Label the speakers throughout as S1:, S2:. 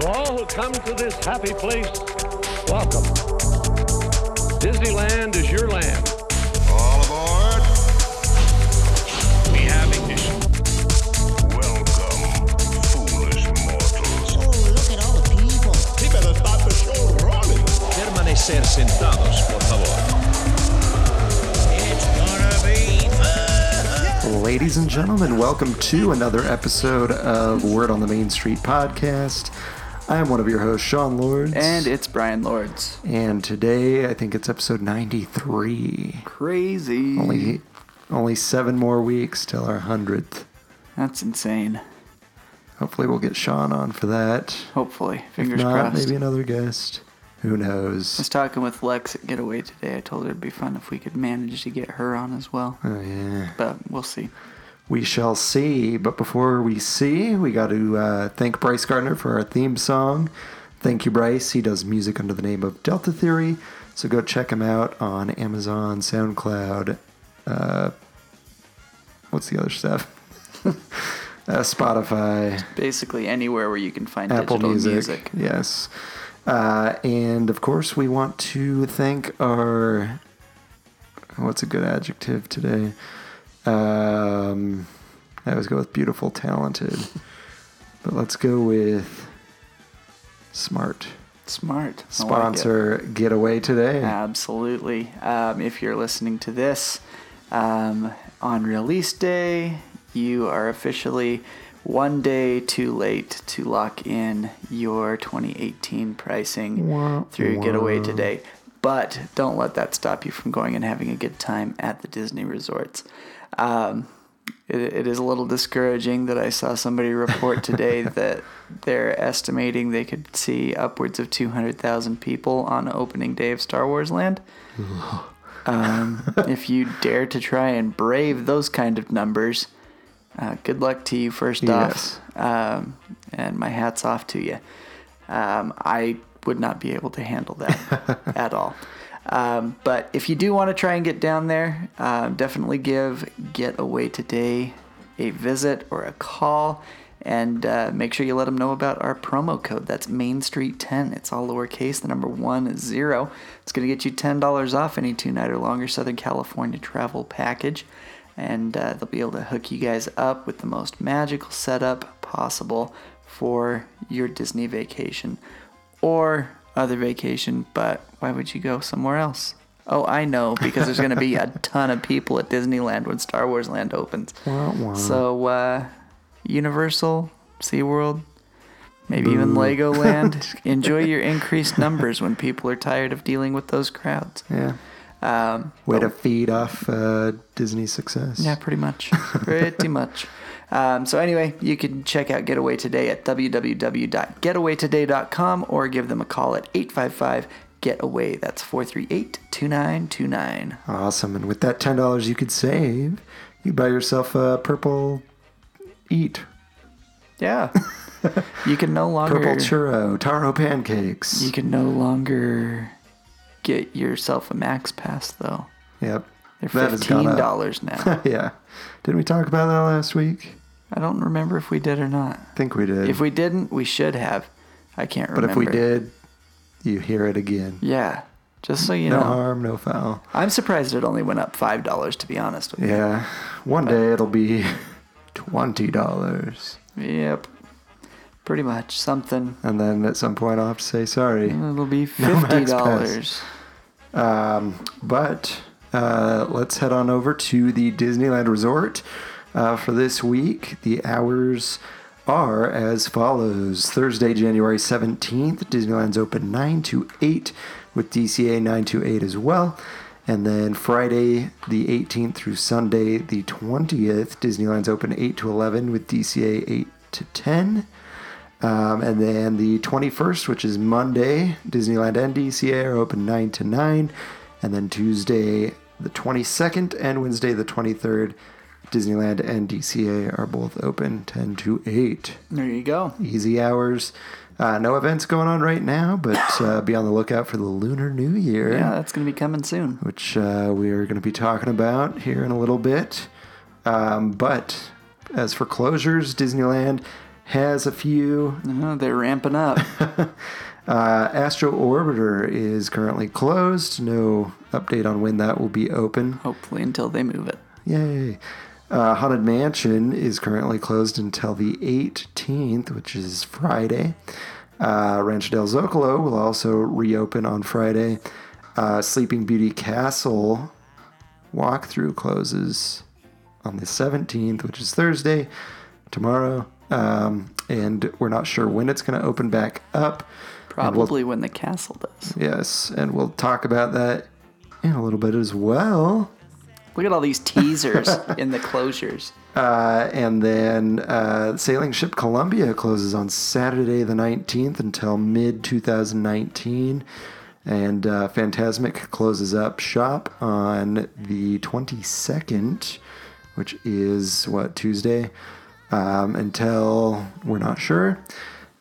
S1: come to this happy place, welcome. Disneyland is your land.
S2: All aboard.
S3: We have ignition.
S2: Welcome, foolish mortals.
S4: Oh, look at all the people.
S3: Permanecer sentados, por favor.
S5: Ladies and gentlemen, welcome to another episode of Word on the Main Street podcast. I am one of your hosts, Sean Lords.
S6: And it's Brian Lords.
S5: and today I think it's episode 93.
S6: Crazy.
S5: Only, only seven more weeks till our 100th.
S6: That's insane.
S5: Hopefully, we'll get Sean on for that.
S6: Hopefully. Fingers
S5: if not,
S6: crossed.
S5: maybe another guest. Who
S6: I
S5: knows?
S6: was talking with Lex at Getaway today. I told her it'd be fun if we could manage to get her on as well.
S5: Oh, yeah.
S6: But we'll see.
S5: We shall see. But before we see, we got to uh, thank Bryce Gardner for our theme song. Thank you, Bryce. He does music under the name of Delta Theory. So go check him out on Amazon, SoundCloud. Uh, what's the other stuff? uh, Spotify.
S6: Basically, anywhere where you can find
S5: Apple
S6: digital
S5: Music.
S6: music.
S5: Yes. Uh, and of course, we want to thank our. What's a good adjective today? Um, I always go with beautiful, talented. But let's go with smart.
S6: Smart. I like it.
S5: Sponsor Getaway today.
S6: Absolutely. Um, if you're listening to this um, on release day, you are officially one day too late to lock in your 2018 pricing through Getaway Today. But don't let that stop you from going and having a good time at the Disney resorts. Um, it, it is a little discouraging that I saw somebody report today that they're estimating they could see upwards of 200,000 people on opening day of Star Wars Land. Um, if you dare to try and brave those kind of numbers, uh, good luck to you, first
S5: Yes.
S6: off. Um, and my hat's off to you. Um, I would not be able to handle that at all. Um, but if you do want to try and get down there, um, definitely give Getaway Today a visit or a call. And uh, make sure you let them know about our promo code. That's Main Street 10. It's all lowercase, the number one is zero. It's going to get you $10 off any two night or longer Southern California travel package. And uh, they'll be able to hook you guys up with the most magical setup possible for your Disney vacation or other vacation, but why would you go somewhere else? Oh, I know, because there's going to be a ton of people at Disneyland when Star Wars Land opens. So, uh, Universal, SeaWorld, maybe even Legoland, enjoy your increased numbers when people are tired of dealing with those crowds.
S5: yeah.
S6: Um,
S5: Way
S6: but
S5: to feed off uh, Disney's success.
S6: yeah, pretty much. Pretty much. Um, so, anyway, you can check out Getaway Today at www.getawaytoday.com or give them a call at 855 Getaway. That's 438 2929.
S5: Awesome. And with that $10 you could save, you buy yourself a purple eat,
S6: Yeah. you can no longer.
S5: purple churro, taro pancakes.
S6: You can no longer get yourself a max pass, though.
S5: yep.
S6: They're
S5: That has gone up.
S6: $15 now.
S5: yeah. Didn't we talk about that last week?
S6: I don't remember if we did or not.
S5: I think we did.
S6: If we didn't, we should have. I can't
S5: but
S6: remember.
S5: if we did, you hear it again.
S6: Yeah. Just so you
S5: No
S6: know.
S5: harm, no foul.
S6: I'm surprised it only went up five dollars. To be honest with
S5: Yeah. One day it'll be $20.
S6: you. Yep. Pretty much something.
S5: And then at some point I'll have to say sorry.
S6: It'll be
S5: No
S6: fifty
S5: max
S6: dollars.
S5: Um, but uh, let's head on over to the Disneyland Resort uh, for this week. The hours are as follows Thursday, January 17th, Disneyland's open 9 to 8, with DCA 9 to 8 as well. And then Friday, the 18th through Sunday, the 20th, Disneyland's open 8 to 11, with DCA 8 to 10. Um, and then the 21st, which is Monday, Disneyland and DCA are open 9 to 9. And then Tuesday, the 22nd, and Wednesday, the 23rd, Disneyland and DCA are both open 10 to 8.
S6: There you go.
S5: Easy hours. Uh, no events going on right now, but uh, be on the lookout for the Lunar New Year
S6: Yeah, that's gonna be coming soon.
S5: which uh, we are going to be talking about here in a little bit. Um, but as for closures, Disneyland has a few.
S6: Oh, they're ramping up.
S5: Uh, Astro Orbiter is currently closed. No update on when that will be open.
S6: Hopefully, until they move it.
S5: Yay. Uh, Haunted Mansion is currently closed until the 18th, which is Friday. Uh, Rancho del Zocalo will also reopen on Friday. Uh, Sleeping Beauty Castle walkthrough closes on the 17th, which is Thursday, tomorrow. Um, and we're not sure when it's going to open back up. And we'll-
S6: Probably when the castle does.
S5: yes, and we'll talk about that in a little bit as well.
S6: Look at all these teasers in the closures.
S5: Uh, and then uh, sailing ship Columbia closes on Saturday the 19th until mid 2019. And uh, Phantasmic closes up shop on the 22nd, which is what, Tuesday? Um, until we're not sure.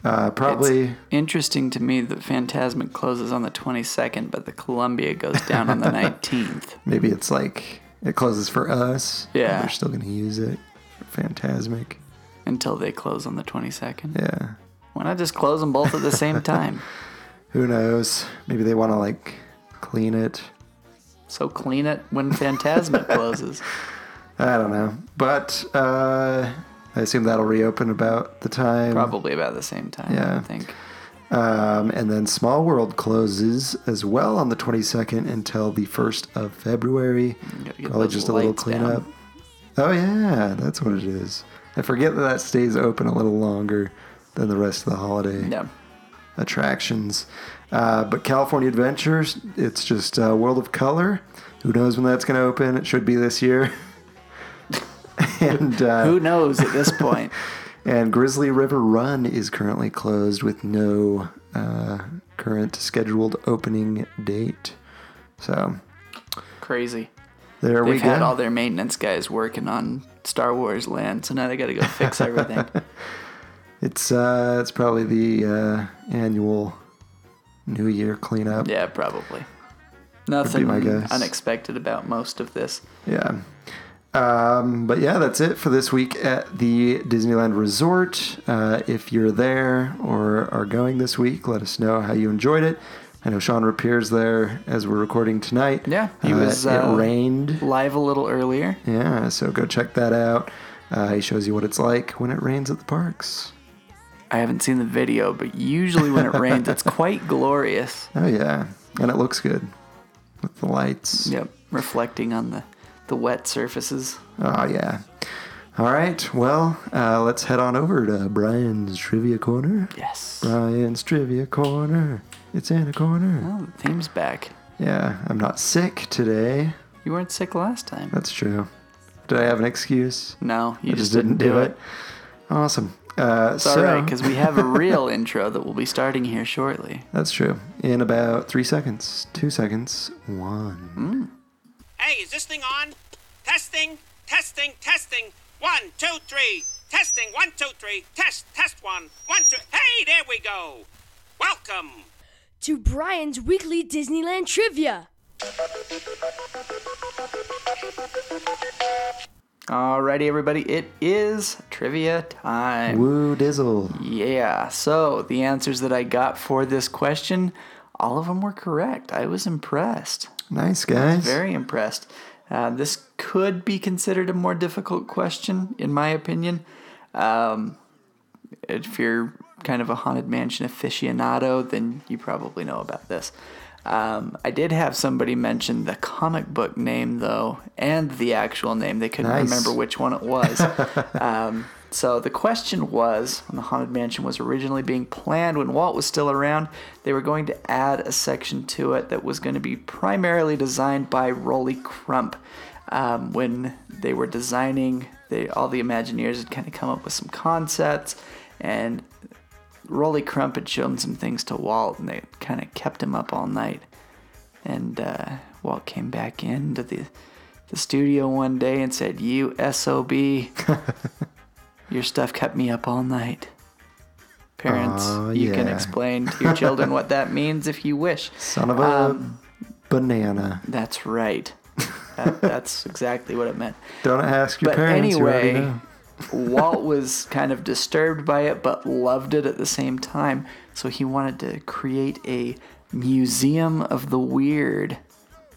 S5: Uh, probably.
S6: It's interesting to me that Phantasmic closes on the 22nd, but the Columbia goes down on the 19th.
S5: Maybe it's like it closes for us. but
S6: Yeah.
S5: We're still going to use it for Phantasmic.
S6: until they close on the 22nd.
S5: Yeah.
S6: Why not just close them both at the same time?
S5: Who knows? Maybe they want to like clean it.
S6: So clean it when Phantasmic closes.
S5: I don't know. But uh, I assume that'll reopen about the time.
S6: Probably about the same time,
S5: Yeah.
S6: I think.
S5: Um, and then Small World closes as well on the 22nd until the 1st of February.
S6: gotta get
S5: Probably
S6: those
S5: just a little
S6: lights down.
S5: cleanup. Oh, yeah. That's what it is. I forget that that stays open a little longer than the rest of the holiday.
S6: Yeah.
S5: attractions. Uh, but California Adventures, it's just uh, World of Color. Who knows when that's going to open? It should be this year. and uh,
S6: Who knows at this point?
S5: and Grizzly River Run is currently closed with no uh, current scheduled opening date. So
S6: Crazy.
S5: there we
S6: They've
S5: go.
S6: had all their maintenance guys working on Star Wars land, so now they got to go fix everything.
S5: it's uh, it's probably the uh, annual New Year cleanup.
S6: yeah, probably.
S5: be
S6: Nothing
S5: my guess.
S6: unexpected about most of this.
S5: Yeah. Um, but yeah, that's it for this week at the Disneyland Resort. Uh, if you're there or are going this week, let us know how you enjoyed it. I know Sean Rapier's there as we're recording tonight.
S6: Yeah, he was, uh,
S5: it rained.
S6: Live a little earlier.
S5: Yeah, so go check that out. Uh, he shows you what it's like when it rains at the parks.
S6: I haven't seen the video, but usually when it rains, it's quite glorious.
S5: Oh yeah, and it looks good with the lights.
S6: Yep, reflecting on the, the wet surfaces.
S5: Oh yeah. All right. Well, uh, let's head on over to Brian's trivia corner.
S6: Yes.
S5: Brian's Trivia Corner. It's in a corner.
S6: Oh, the theme's back.
S5: Yeah, I'm not sick today.
S6: You weren't sick last time.
S5: That's true. Did I have an excuse?
S6: No, you
S5: I
S6: just, didn't, do it.
S5: Awesome. Uh,
S6: It's all
S5: so,
S6: right, because we have a real intro that will be starting here shortly.
S5: That's true. In about three seconds, two seconds, one.
S4: Hey, is this thing on? Testing, testing, testing. One, two, three. Testing, one, two, three. Test, test one. One, two. Hey, there we go. Welcome.
S7: to Brian's weekly Disneyland trivia.
S6: Alrighty, everybody, it is trivia time.
S5: Woo dizzle.
S6: Yeah, so the answers that I got for this question, all of them were correct. I was impressed.
S5: Nice, guys.
S6: Very impressed. Uh, this could be considered a more difficult question, in my opinion. Um, if you're kind of a haunted mansion aficionado, then you probably know about this. Um, I did have somebody mention the comic book name though, and the actual name. They couldn't
S5: Nice.
S6: remember which one it was. So the question was when the Haunted Mansion was originally being planned when Walt was still around, they were going to add a section to it that was going to be primarily designed by Rolly Crump. Um, when they were designing, they all the Imagineers had kind of come up with some concepts, and Rolly Crump had shown some things to Walt, and they kind of kept him up all night. And uh, Walt came back into the the studio one day and said, "You sob." Your stuff kept me up all night. Parents,
S5: Aw,
S6: you can
S5: yeah.
S6: explain to your children what that means if you wish.
S5: Son of a
S6: Um,
S5: banana.
S6: That's right. That, that's exactly what it meant.
S5: Don't ask your
S6: but
S5: parents. you already
S6: anyway,
S5: know.
S6: Walt was kind of disturbed by it, but loved it at the same time. So he wanted to create a museum of the weird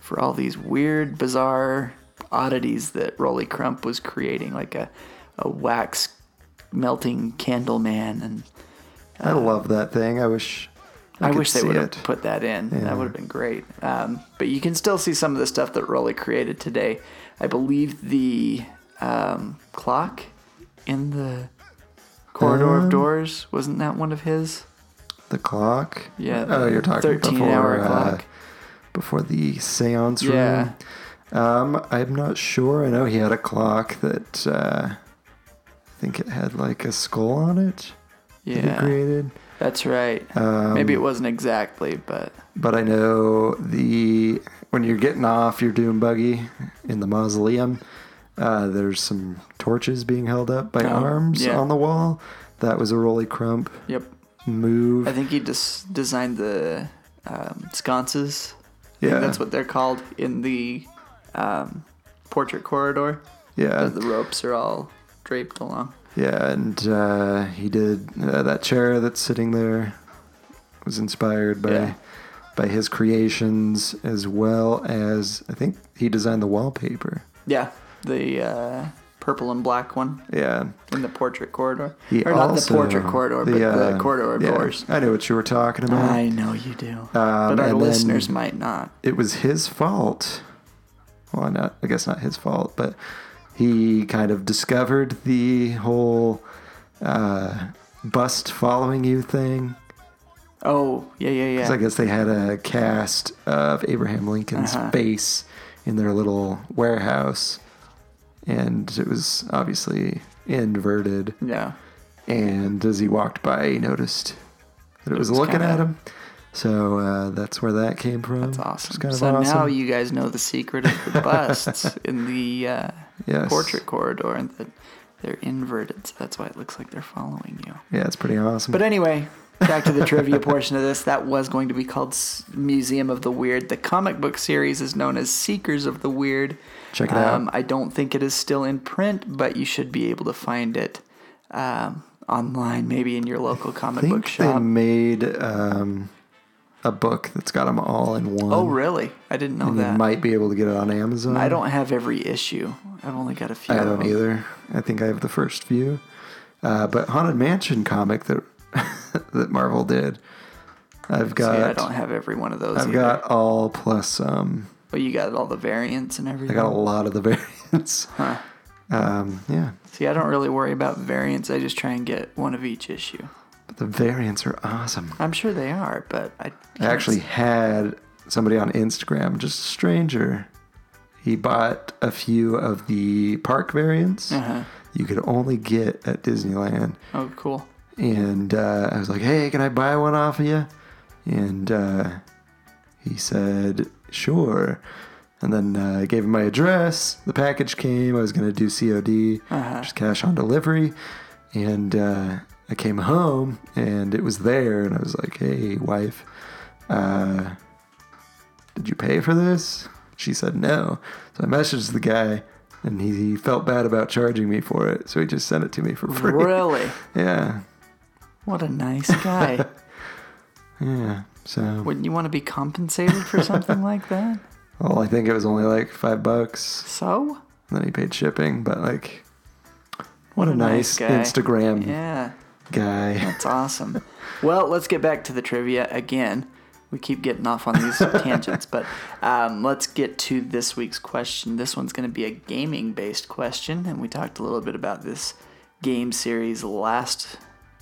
S6: for all these weird, bizarre oddities that Rolly Crump was creating, like a, a wax melting candle man. And
S5: I love that thing. I wish I,
S6: I,
S5: could
S6: wish they
S5: see
S6: would have
S5: it.
S6: put that in. That would have been great. Um, but you can still see some of the stuff that Rolly created today. I believe the um, clock in the corridor
S5: Um,
S6: of doors wasn't that one of his?
S5: the clock.
S6: Yeah.
S5: Oh,
S6: the
S5: you're talking before
S6: hour
S5: uh,
S6: clock.
S5: before the seance room.
S6: Yeah.
S5: Um, I'm not sure. I know he had a clock that uh, I think it had like a skull on it that he
S6: Yeah.
S5: created.
S6: That's right. Maybe
S5: Um,
S6: it wasn't exactly, but
S5: But I know the when you're getting off your dune buggy in the mausoleum, uh, there's some torches being held up by arms
S6: Oh, yeah.
S5: on the wall. That was a Rolly Crump
S6: yep.
S5: move.
S6: I think he just designed the um, sconces. I
S5: yeah,
S6: think that's what they're called in the um, portrait corridor.
S5: yeah,
S6: the ropes are all draped along.
S5: yeah. And uh, he did uh, that chair that's sitting there was inspired by
S6: Yeah.
S5: by his creations as well as I think he designed the wallpaper.
S6: Yeah, the uh, purple and black one
S5: Yeah,
S6: in the portrait corridor,
S5: He
S6: or not
S5: also-
S6: the portrait corridor, but
S5: uh,
S6: the corridor of doors.
S5: I know what you were talking about.
S6: I know you do,
S5: um, and
S6: but our
S5: then-
S6: listeners might not.
S5: it was his fault. Well, not I guess not his fault, but he kind of discovered the whole uh, bust following you thing.
S6: Oh, yeah, yeah,
S5: 'Cause
S6: yeah.
S5: I guess they had a cast of Abraham Lincoln's
S6: Uh-huh.
S5: face in their little warehouse, and it was obviously inverted.
S6: yeah,
S5: And as he walked by, he noticed that it was,
S6: was
S5: looking
S6: kinda-
S5: at him. So uh, that's where that came from.
S6: it's
S5: Oh, It's
S6: awesome.
S5: kind of
S6: so
S5: awesome.
S6: now you guys know the secret of the busts in the uh,
S5: Yes.
S6: portrait corridor, and that they're inverted, so that's why it looks like they're following you.
S5: Yeah, it's pretty awesome.
S6: But anyway, back to the trivia portion of this. That was going to be called S- Museum of the Weird. The comic book series is known as Seekers of the Weird. Um,
S5: Check it out.
S6: I don't think it is still in print, but you should be able to find it um, online, maybe in your local comic
S5: I
S6: book
S5: think they
S6: shop.
S5: made um, a book that's got them all in one.
S6: oh, really? I didn't know
S5: And you
S6: that.
S5: might be able to get it on Amazon.
S6: I don't have every issue. I've only got a few.
S5: I
S6: of
S5: don't
S6: them.
S5: either. I think I have the first few. Uh, but Haunted Mansion comic that that Marvel did. I've
S6: So, yeah, I
S5: got
S6: don't have every one of those.
S5: I've
S6: either.
S5: got all plus some.
S6: But you got all the variants and everything.
S5: I got a lot of the variants. Um, yeah,
S6: See, I don't really worry about variants. I just try and get one of each issue.
S5: but the variants are awesome.
S6: I'm sure they are, but I
S5: I actually had somebody on Instagram, just a stranger. He bought a few of the park variants
S6: Uh-huh.
S5: you could only get at Disneyland.
S6: Oh, cool.
S5: And uh, I was like, hey, can I buy one off of you? And uh, he said, sure. And then uh, I gave him my address. The package came. I was going to do COD, just cash on delivery. And uh, I came home and it was there. And I was like, hey, wife, uh, did you pay for this? She said no. So I messaged the guy and he, he felt bad about charging me for it. So he just sent it to me for free.
S6: Really?
S5: Yeah.
S6: What a nice guy.
S5: Yeah. So,
S6: Wouldn't you want to be compensated for something like that?
S5: well, I think it was only like five bucks.
S6: So?
S5: And then he paid shipping, but like, what, a, nice,
S6: nice guy.
S5: Instagram
S6: Yeah,
S5: guy.
S6: that's awesome. Well, let's get back to the trivia again. We keep getting off on these tangents, but um, let's get to this week's question. This one's going to be a gaming based question, and we talked a little bit about this game series last.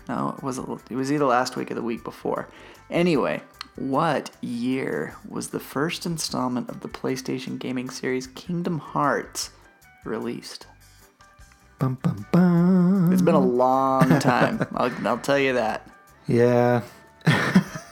S6: No, it was it was either last week or the week before. Anyway, what year was the first installment of the PlayStation gaming series Kingdom Hearts released?
S5: Bum, bum, bum.
S6: It's been a long time. I'll, I'll tell you that.
S5: Yeah.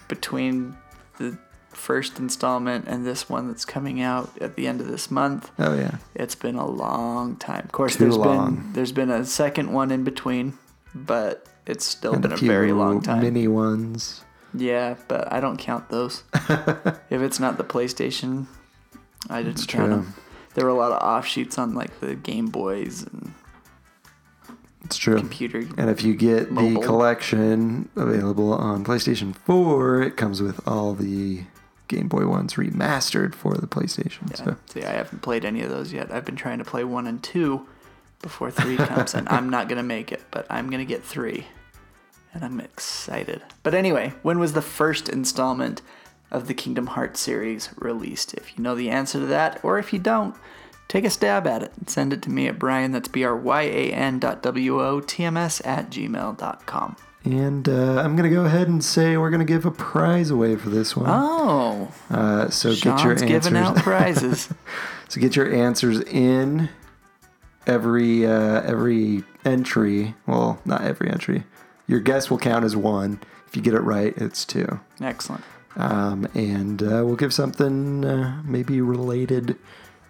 S6: Between the first installment and this one that's coming out at the end of this month,
S5: Oh, yeah.
S6: it's been a long time. Of course,
S5: Too
S6: there's
S5: long.
S6: been there's been a second one in between, but it's still
S5: And
S6: been a, very long time.
S5: Mini ones.
S6: yeah, but I don't count those. if it's not the PlayStation, I didn't count
S5: true.
S6: them. There were a lot of offshoots on like the Game Boys and
S5: It's true.
S6: computer.
S5: And if you get
S6: Mobile.
S5: the collection available on PlayStation 4, it comes with all the Game Boy ones remastered for the PlayStation. So
S6: See, I haven't played any of those yet. I've been trying to play one and two before three comes, and I'm not gonna make it, but I'm gonna get three, and I'm excited. But anyway, when was the first installment of the Kingdom Hearts series released? If you know the answer to that, or if you don't, take a stab at it and send it to me at Brian. That's b r y a n dot w o t m s at gmail dot com.
S5: and uh, I'm gonna go ahead and say we're gonna give a prize away for this one.
S6: Oh,
S5: uh, so get your
S6: Sean's
S5: answers.
S6: giving out prizes.
S5: So get your answers in every uh, every entry. Well, not every entry. Your guess will count as one. If you get it right, it's two.
S6: Excellent.
S5: Um, and uh, we'll give something uh, maybe related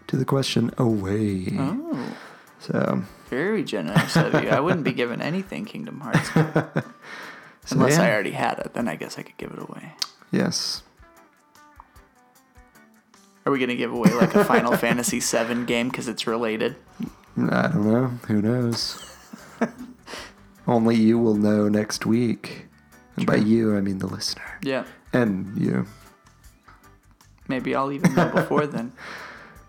S5: to the question away.
S6: Oh.
S5: So,
S6: Very generous of you. I wouldn't be given anything Kingdom Hearts.
S5: so
S6: Unless
S5: yeah.
S6: I already had it, then I guess I could give it away.
S5: yes.
S6: Are we going to give away like a Final Fantasy VII game because it's related?
S5: I don't know. Who knows? Only you will know next week. And by you, I mean the listener.
S6: Yeah.
S5: And you.
S6: Maybe I'll even know before then.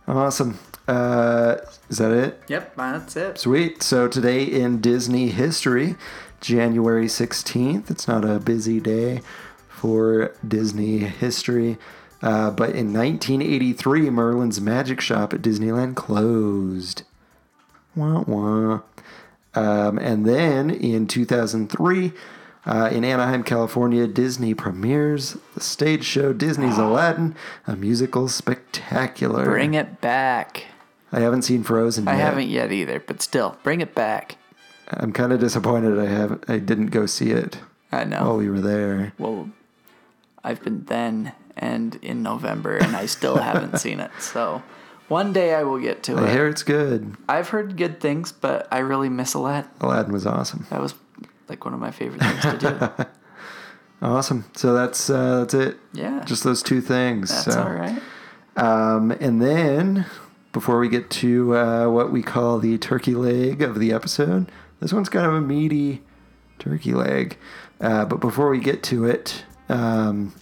S5: Awesome. Uh, is that it?
S6: Yep, that's it.
S5: Sweet. So today in Disney history, January 16th, it's not a busy day for Disney history. Uh, but in 1983, Merlin's Magic Shop at Disneyland closed. Wah wah. Um, and then in 2003, uh, in Anaheim, California, Disney premieres the stage show Disney's Aladdin, a musical spectacular.
S6: Ah. Bring it back.
S5: I haven't seen Frozen
S6: I
S5: yet.
S6: haven't yet either, but still, bring it back.
S5: I'm kind of disappointed I haven't I didn't go see it
S6: I know.
S5: while we were there.
S6: Well, I've been then and in November, and I still haven't seen it. So one day I will get to
S5: I
S6: it.
S5: hear it's good.
S6: I've heard good things, but I really miss Aladdin.
S5: Aladdin was awesome.
S6: That was like one of my favorite things to do.
S5: Awesome. So that's uh, that's it.
S6: Yeah.
S5: Just those two things.
S6: That's
S5: so.
S6: all right.
S5: Um, and then before we get to uh, what we call the turkey leg of the episode, this one's kind of a meaty turkey leg. Uh, but before we get to it, um,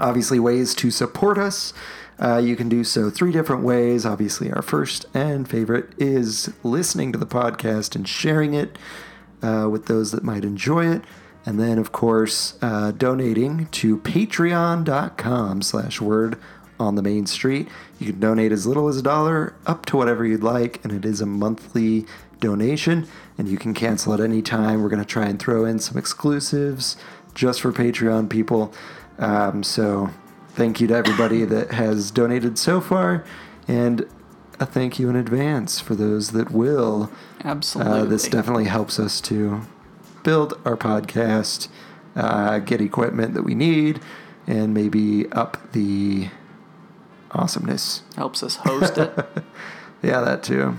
S5: obviously ways to support us. Uh, you can do so three different ways. Obviously, our first and favorite is listening to the podcast and sharing it uh, with those that might enjoy it. And then, of course, uh, donating to patreon.com slash word on the main street. You can donate as little as a dollar up to whatever you'd like, and it is a monthly donation, and you can cancel at any time. We're going to try and throw in some exclusives just for Patreon people. Um, so, thank you to everybody that has donated so far, and a thank you in advance for those that will.
S6: Absolutely.
S5: Uh, this definitely helps us to build our podcast, uh, get equipment that we need, and maybe up the awesomeness.
S6: helps us host it.
S5: Yeah, that too.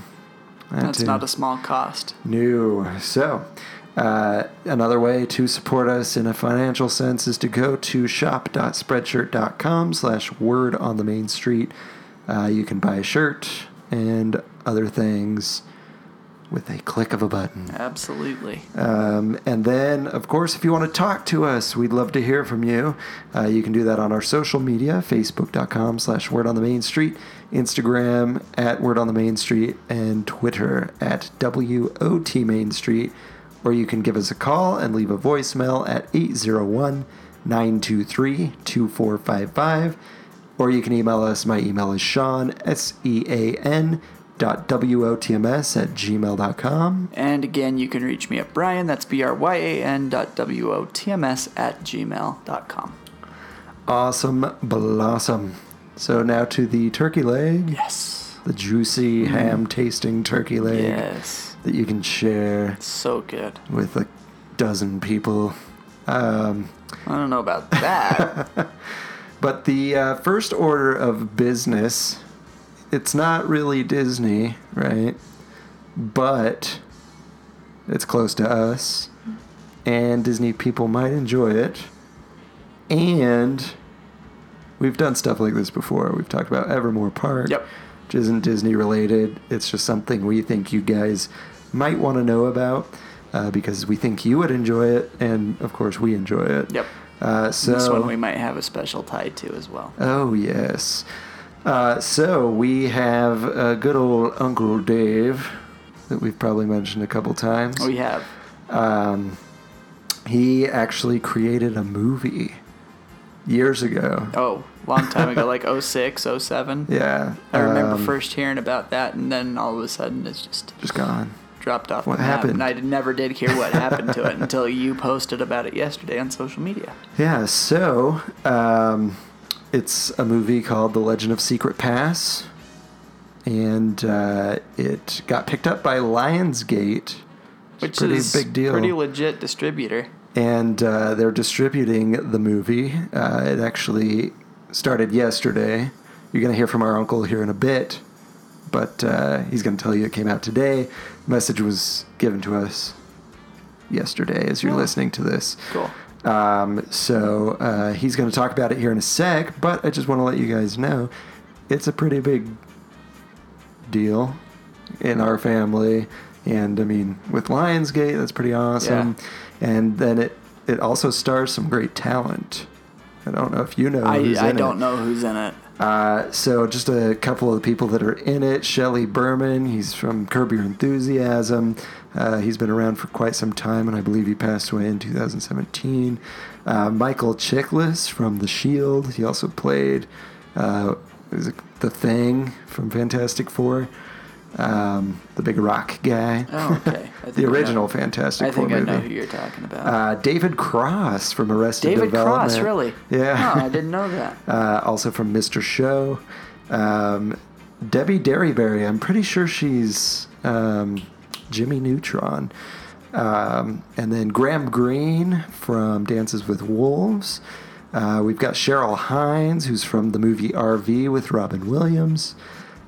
S5: That
S6: That's
S5: too.
S6: not a small cost.
S5: new. So, uh, another way to support us in a financial sense is to go to shop.spreadshirt.com slash word on the main street. Uh, you can buy a shirt and other things with a click of a button.
S6: Absolutely.
S5: Um, and then, of course, if you want to talk to us, we'd love to hear from you. Uh, you can do that on our social media, facebook.com slash word on the main street, Instagram at word on the main street, and Twitter at WOT main street. Or you can give us a call and leave a voicemail at 801 923 2455. Or you can email us. My email is Sean, S E A N dot W O T M S at gmail.com.
S6: and again, you can reach me at Brian. That's B R Y A N dot W O T M S at gmail dot com.
S5: Awesome blossom. So now to the turkey leg,
S6: Yes.
S5: the juicy ham tasting turkey leg
S6: Yes.
S5: that you can share
S6: So good.
S5: with a dozen people. Um,
S6: I don't know about that.
S5: but the uh, first order of business, it's not really Disney, right? But it's close to us, and Disney people might enjoy it. And we've done stuff like this before. We've talked about Evermore Park,
S6: Yep.
S5: which isn't Disney related. It's just something we think you guys might want to know about. uh, because we think you would enjoy it, and of course we enjoy it.
S6: Yep.
S5: Uh, so
S6: This one we might have a special tie to as well.
S5: Oh, yes. Uh, so we have uh, good old Uncle Dave that we've probably mentioned a couple times.
S6: We have.
S5: He actually created a movie years ago.
S6: Oh, long time ago, like 06, 07.
S5: Yeah.
S6: I remember
S5: um,
S6: first hearing about that, and then all of a sudden it's just
S5: Just gone.
S6: dropped off.
S5: What
S6: the map,
S5: happened?
S6: And I did- never did hear what happened to it until you posted about it yesterday on social media.
S5: Yeah, so um, it's a movie called The Legend of Secret Pass, and uh, it got picked up by Lionsgate,
S6: Which
S5: pretty
S6: is
S5: big deal.
S6: pretty legit distributor.
S5: and uh, they're distributing the movie. Uh, it actually started yesterday. You're going to hear from our uncle here in a bit, but uh, he's going to tell you it came out today. Message was given to us yesterday as you're listening to this.
S6: Cool.
S5: Um, so uh, he's going to talk about it here in a sec, but I just want to let you guys know it's a pretty big deal in our family. And I mean, with Lionsgate, that's pretty awesome. And then it, it also stars some great talent. I don't know if you know
S6: I,
S5: who's
S6: I
S5: in
S6: don't
S5: it.
S6: know who's in it.
S5: Uh, so just a couple of the people that are in it. Shelley Berman, he's from Curb Your Enthusiasm. Uh, he's been around for quite some time, and I believe he passed away in 2017. Uh, Michael Chiklis from The Shield. He also played uh, is it The Thing from Fantastic Four, um, the big rock guy.
S6: Oh, okay. I think I
S5: the
S6: know-
S5: original Fantastic
S6: I
S5: Four
S6: think I
S5: movie.
S6: know who you're talking about.
S5: uh, David Cross from Arrested
S6: David
S5: Development.
S6: Cross, really?
S5: Yeah
S6: Huh, I didn't know that.
S5: uh, also from Mr. Show. Um, Debbie Derryberry, I'm pretty sure she's um, Jimmy Neutron. Um, and then Graham Greene from Dances with Wolves. Uh, we've got Cheryl Hines, who's from the movie RV with Robin Williams,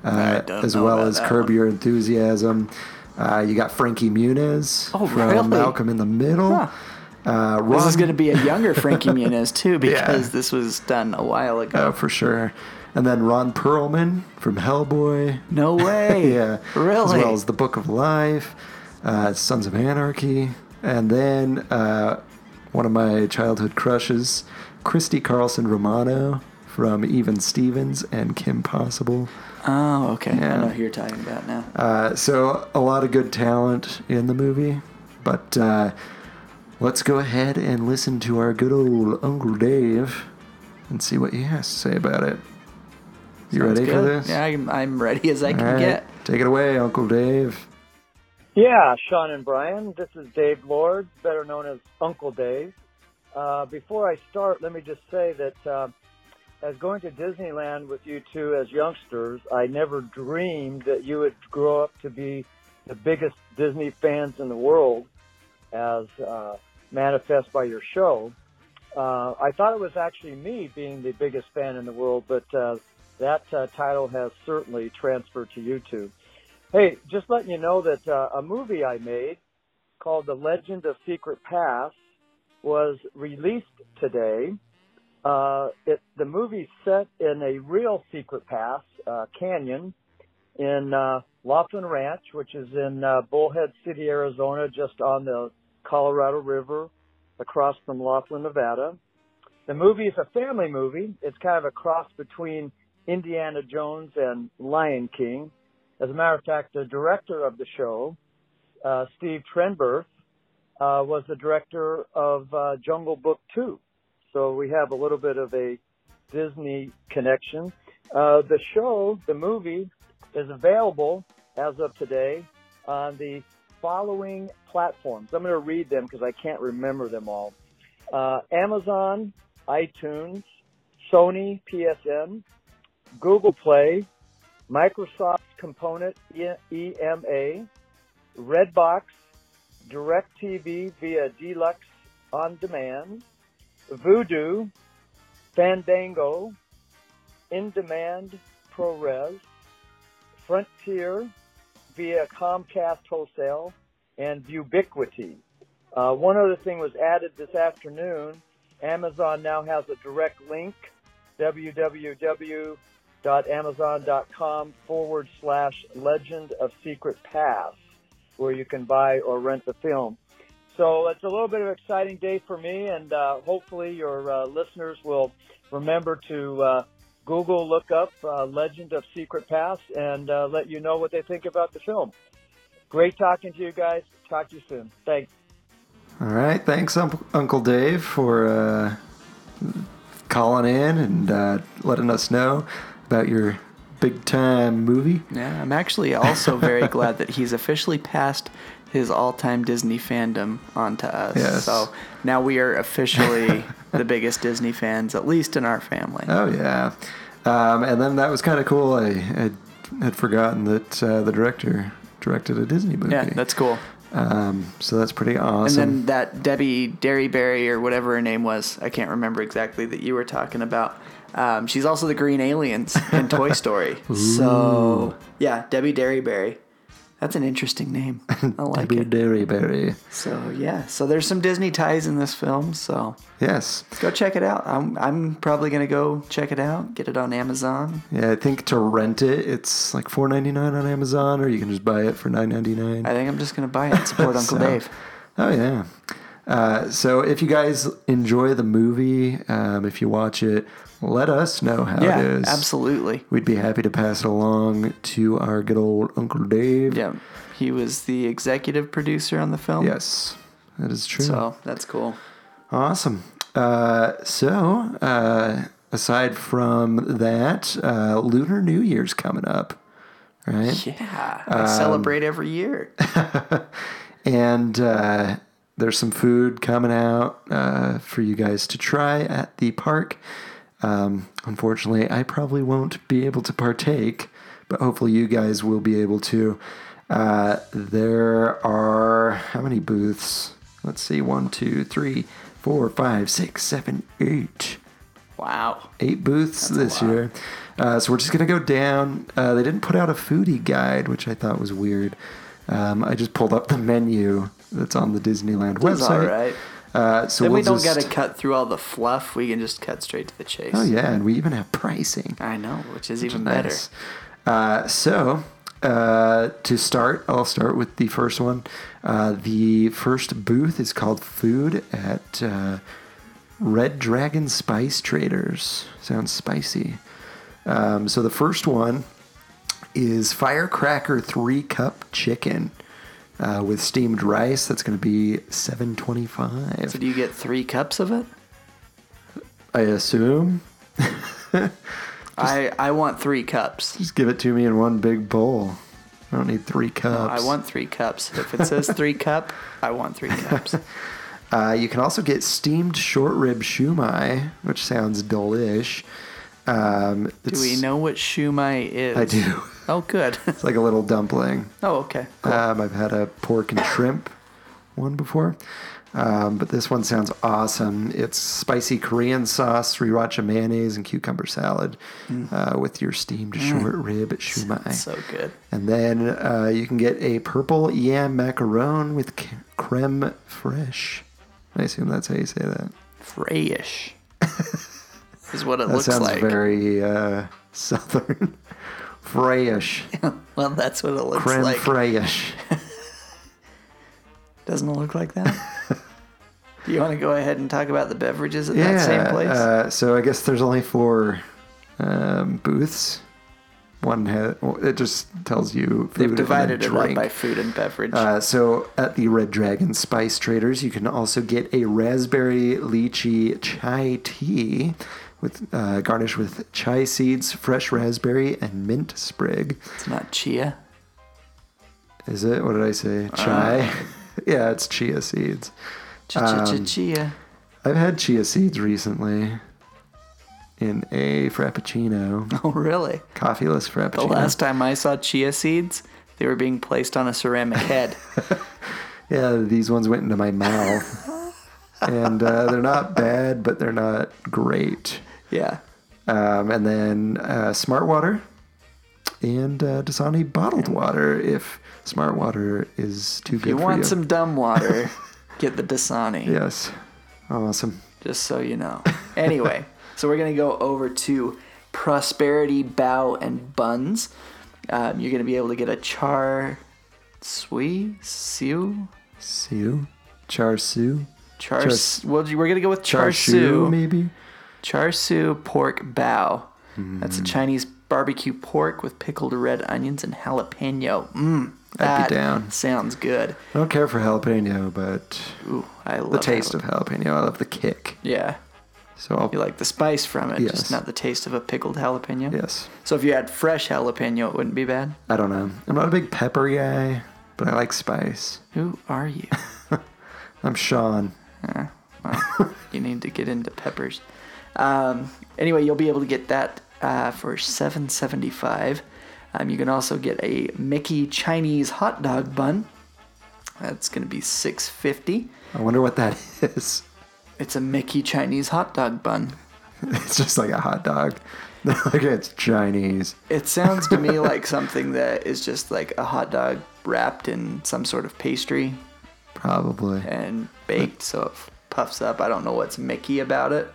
S5: uh,
S6: don't
S5: as
S6: know
S5: well
S6: about
S5: as
S6: that
S5: Curb
S6: one.
S5: Your Enthusiasm. Uh, you got Frankie Muniz
S6: Oh,
S5: from
S6: really?
S5: Malcolm in the Middle.
S6: Huh.
S5: Uh, Ron,
S6: This is going to be a younger Frankie Muniz, too,
S5: Yeah.
S6: because this was done a while ago.
S5: Oh, for sure. And then Ron Perlman from Hellboy.
S6: no way.
S5: yeah. As
S6: Really?
S5: well as The Book of Life, uh, Sons of Anarchy, and then uh, one of my childhood crushes, Christy Carlson Romano from Even Stevens and Kim Possible.
S6: oh, okay.
S5: Yeah.
S6: I know who you're talking about now.
S5: Uh, so a lot of good talent in the movie, but uh, let's go ahead and listen to our good old Uncle Dave and see what he has to say about it. You
S6: Sounds
S5: ready for
S6: good.
S5: this?
S6: Yeah, I'm, I'm ready as I can
S5: All right.
S6: get.
S5: Take it away, Uncle Dave.
S8: Yeah, Sean and Brian. This is Dave Lord, better known as Uncle Dave. Uh, before I start, let me just say that uh, as going to Disneyland with you two as youngsters, I never dreamed that you would grow up to be the biggest Disney fans in the world, as uh, manifest by your show. Uh, I thought it was actually me being the biggest fan in the world, but uh, that uh, title has certainly transferred to you two. Hey, just letting you know that uh, a movie I made called The Legend of Secret Pass was released today. Uh, it, the movie's set in a real secret pass uh, canyon in uh, Laughlin Ranch, which is in uh, Bullhead City, Arizona, just on the Colorado River across from Laughlin, Nevada. The movie is a family movie. It's kind of a cross between Indiana Jones and Lion King. As a matter of fact, the director of the show, uh, Steve Trenberth, uh, was the director of uh, Jungle Book 2. So we have a little bit of a Disney connection. Uh, the show, the movie, is available as of today on the following platforms. I'm going to read them because I can't remember them all uh, Amazon, iTunes, Sony PSN, Google Play, Microsoft Component E- EMA, Redbox, DirecTV via Deluxe On Demand, Voodoo, Fandango, In Demand ProRes, Frontier via Comcast Wholesale, and Ubiquity. Uh, one other thing was added this afternoon. Amazon now has a direct link, www www.amazon.com forward slash legend of secret pass where you can buy or rent the film. So it's a little bit of an exciting day for me, and uh, hopefully your uh, listeners will remember to uh, Google, look up uh, Legend of Secret Pass, and uh, let you know what they think about the film. Great talking to you guys. Talk to you soon. Thanks.
S5: All right. Thanks, Unc Uncle Dave, for uh, calling in and uh, letting us know about your big time movie.
S6: Yeah, I'm actually also very glad that he's officially passed his all-time Disney fandom onto us.
S5: Yes.
S6: So now we are officially the biggest Disney fans, at least in our family.
S5: Oh yeah, um, and then that was kind of cool. I, I had forgotten that uh, the director directed a Disney movie.
S6: yeah, that's cool.
S5: um, so that's pretty
S6: And
S5: awesome.
S6: then that Debbie Derryberry or whatever her name was, I can't remember exactly that you were talking about. Um, she's also the green aliens in Toy Story. so yeah, Debbie Derryberry. That's an interesting name. I like
S5: Debbie
S6: it.
S5: Derryberry.
S6: So yeah, so there's some Disney ties in this film. So
S5: Yes.
S6: go check it out. I'm I'm probably gonna go check it out. Get it on Amazon.
S5: Yeah, I think to rent it, it's like four ninety nine on Amazon, or you can just buy it for nine ninety nine.
S6: I think I'm just gonna buy it. and Support
S5: So-
S6: Uncle Dave.
S5: Oh yeah. Uh, so if you guys enjoy the movie, um, if you watch it, let us know how
S6: Yeah,
S5: Oh, it is.
S6: absolutely.
S5: We'd be happy to pass it along to our good old Uncle Dave.
S6: Yeah, he was the executive producer on the film.
S5: Yes, that is true.
S6: So that's cool.
S5: Awesome. Uh, so uh, aside from that, uh, Lunar New Year's coming up, right?
S6: Yeah,
S5: Um,
S6: I celebrate every year.
S5: and uh, there's some food coming out uh, for you guys to try at the park. Um, unfortunately, I probably won't be able to partake, but hopefully, you guys will be able to. Uh, there are how many booths? Let's see one, two, three, four, five, six, seven, eight
S6: Wow.
S5: eight booths this year. Uh, so we're just gonna go down. Uh, they didn't put out a foodie guide, which I thought was weird. Um, I just pulled up the menu that's on the Disneyland
S6: That's all
S5: website.
S6: right.
S5: Uh, so
S6: Then
S5: we'll
S6: we don't
S5: just,
S6: gotta cut through all the fluff. We can just cut straight to the chase.
S5: Oh yeah, and we even have pricing.
S6: I know, which is even better.
S5: Nice. Uh, so, uh, to start, I'll start with the first one. Uh, the first booth is called Food at uh, Red Dragon Spice Traders. Sounds spicy. Um, so, the first one is Firecracker Three Cup Chicken. Uh, with steamed rice, that's going to be seven
S6: So
S5: twenty-five.
S6: do you get three cups of it?
S5: I assume.
S6: I I want three cups.
S5: Just give it to me in one big bowl. I don't need three cups.
S6: I want three cups. If it says three cup, I want three cups.
S5: Uh, you can also get steamed short rib shumai, which sounds delish. Um,
S6: Do we
S5: it's-
S6: know what shumai is?
S5: I do.
S6: Oh, good.
S5: It's like a little dumpling.
S6: Oh, okay. Cool.
S5: Um, I've had a pork and shrimp one before, um, but this one sounds awesome. It's spicy Korean sauce, sriracha mayonnaise, and cucumber salad uh, with your steamed short rib shumai.
S6: Mm. so good.
S5: And then uh, you can get a purple yam macaron with c- creme fraiche. I assume that's how you say that.
S6: Frayish is what it
S5: That
S6: looks
S5: sounds
S6: like.
S5: very uh, southern. Frayish.
S6: well, that's what it looks
S5: Creme
S6: like.
S5: frayish.
S6: Doesn't it look like that? Do you want to go ahead and talk about the beverages at
S5: Yeah.
S6: that same place?
S5: Uh, so I guess there's only four um, booths. One ha- it just tells you food
S6: They've
S5: and
S6: divided it up
S5: drink.
S6: by food and beverage.
S5: Uh, so at the Red Dragon Spice Traders, you can also get a raspberry lychee chai tea with uh, garnished with chai seeds, fresh raspberry, and mint sprig.
S6: it's not chia.
S5: Is it? What did I say?
S6: Ah.
S5: Chai? yeah, it's chia seeds. um,
S6: Chia.
S5: I've had chia seeds recently in a frappuccino,
S6: Oh, really?
S5: coffeeless frappuccino.
S6: The last time I saw chia seeds, they were being placed on a ceramic head.
S5: Yeah, these ones went into my mouth. and uh, they're not bad, but they're not great.
S6: yeah.
S5: Um, and then uh, smart water and uh, Dasani bottled water if smart water is too
S6: If
S5: good
S6: you
S5: for
S6: want
S5: you.
S6: some dumb water, get the Dasani.
S5: Yes. Awesome.
S6: just so you know. Anyway, so we're gonna go over to Prosperity Bow and Buns. Um, you're gonna be able to get a char sui siu
S5: See you. Char siu?
S6: Char,
S5: Char-
S6: s- well, we're gonna go with char,
S5: Char siu,
S6: siu.
S5: maybe?
S6: Char siu pork bao. That's
S5: Mm.
S6: a Chinese barbecue pork with pickled red onions and jalapeno. Mmm,
S5: I'd
S6: that
S5: be down.
S6: sounds good.
S5: I don't care for jalapeno, but
S6: Ooh, I love
S5: the taste of jalapeno. I love the kick.
S6: Yeah,
S5: So I'll.
S6: you like the spice from it,
S5: Yes.
S6: just not the taste of a pickled jalapeno.
S5: Yes.
S6: So if you had fresh jalapeno, it wouldn't be bad.
S5: I don't know. I'm not a big pepper guy, but I like spice.
S6: Who are you?
S5: I'm Sean.
S6: you need to get into peppers. Um, anyway, you'll be able to get that uh, for seven seventy five. Um, you can also get a Mickey Chinese hot dog bun. That's going to be six fifty.
S5: I wonder what that is.
S6: It's a Mickey Chinese hot dog bun.
S5: It's just like a hot dog. like it's Chinese.
S6: It sounds to me like something that is just like a hot dog wrapped in some sort of pastry
S5: Probably.
S6: and baked, so it puffs up. I don't know what's Mickey about it.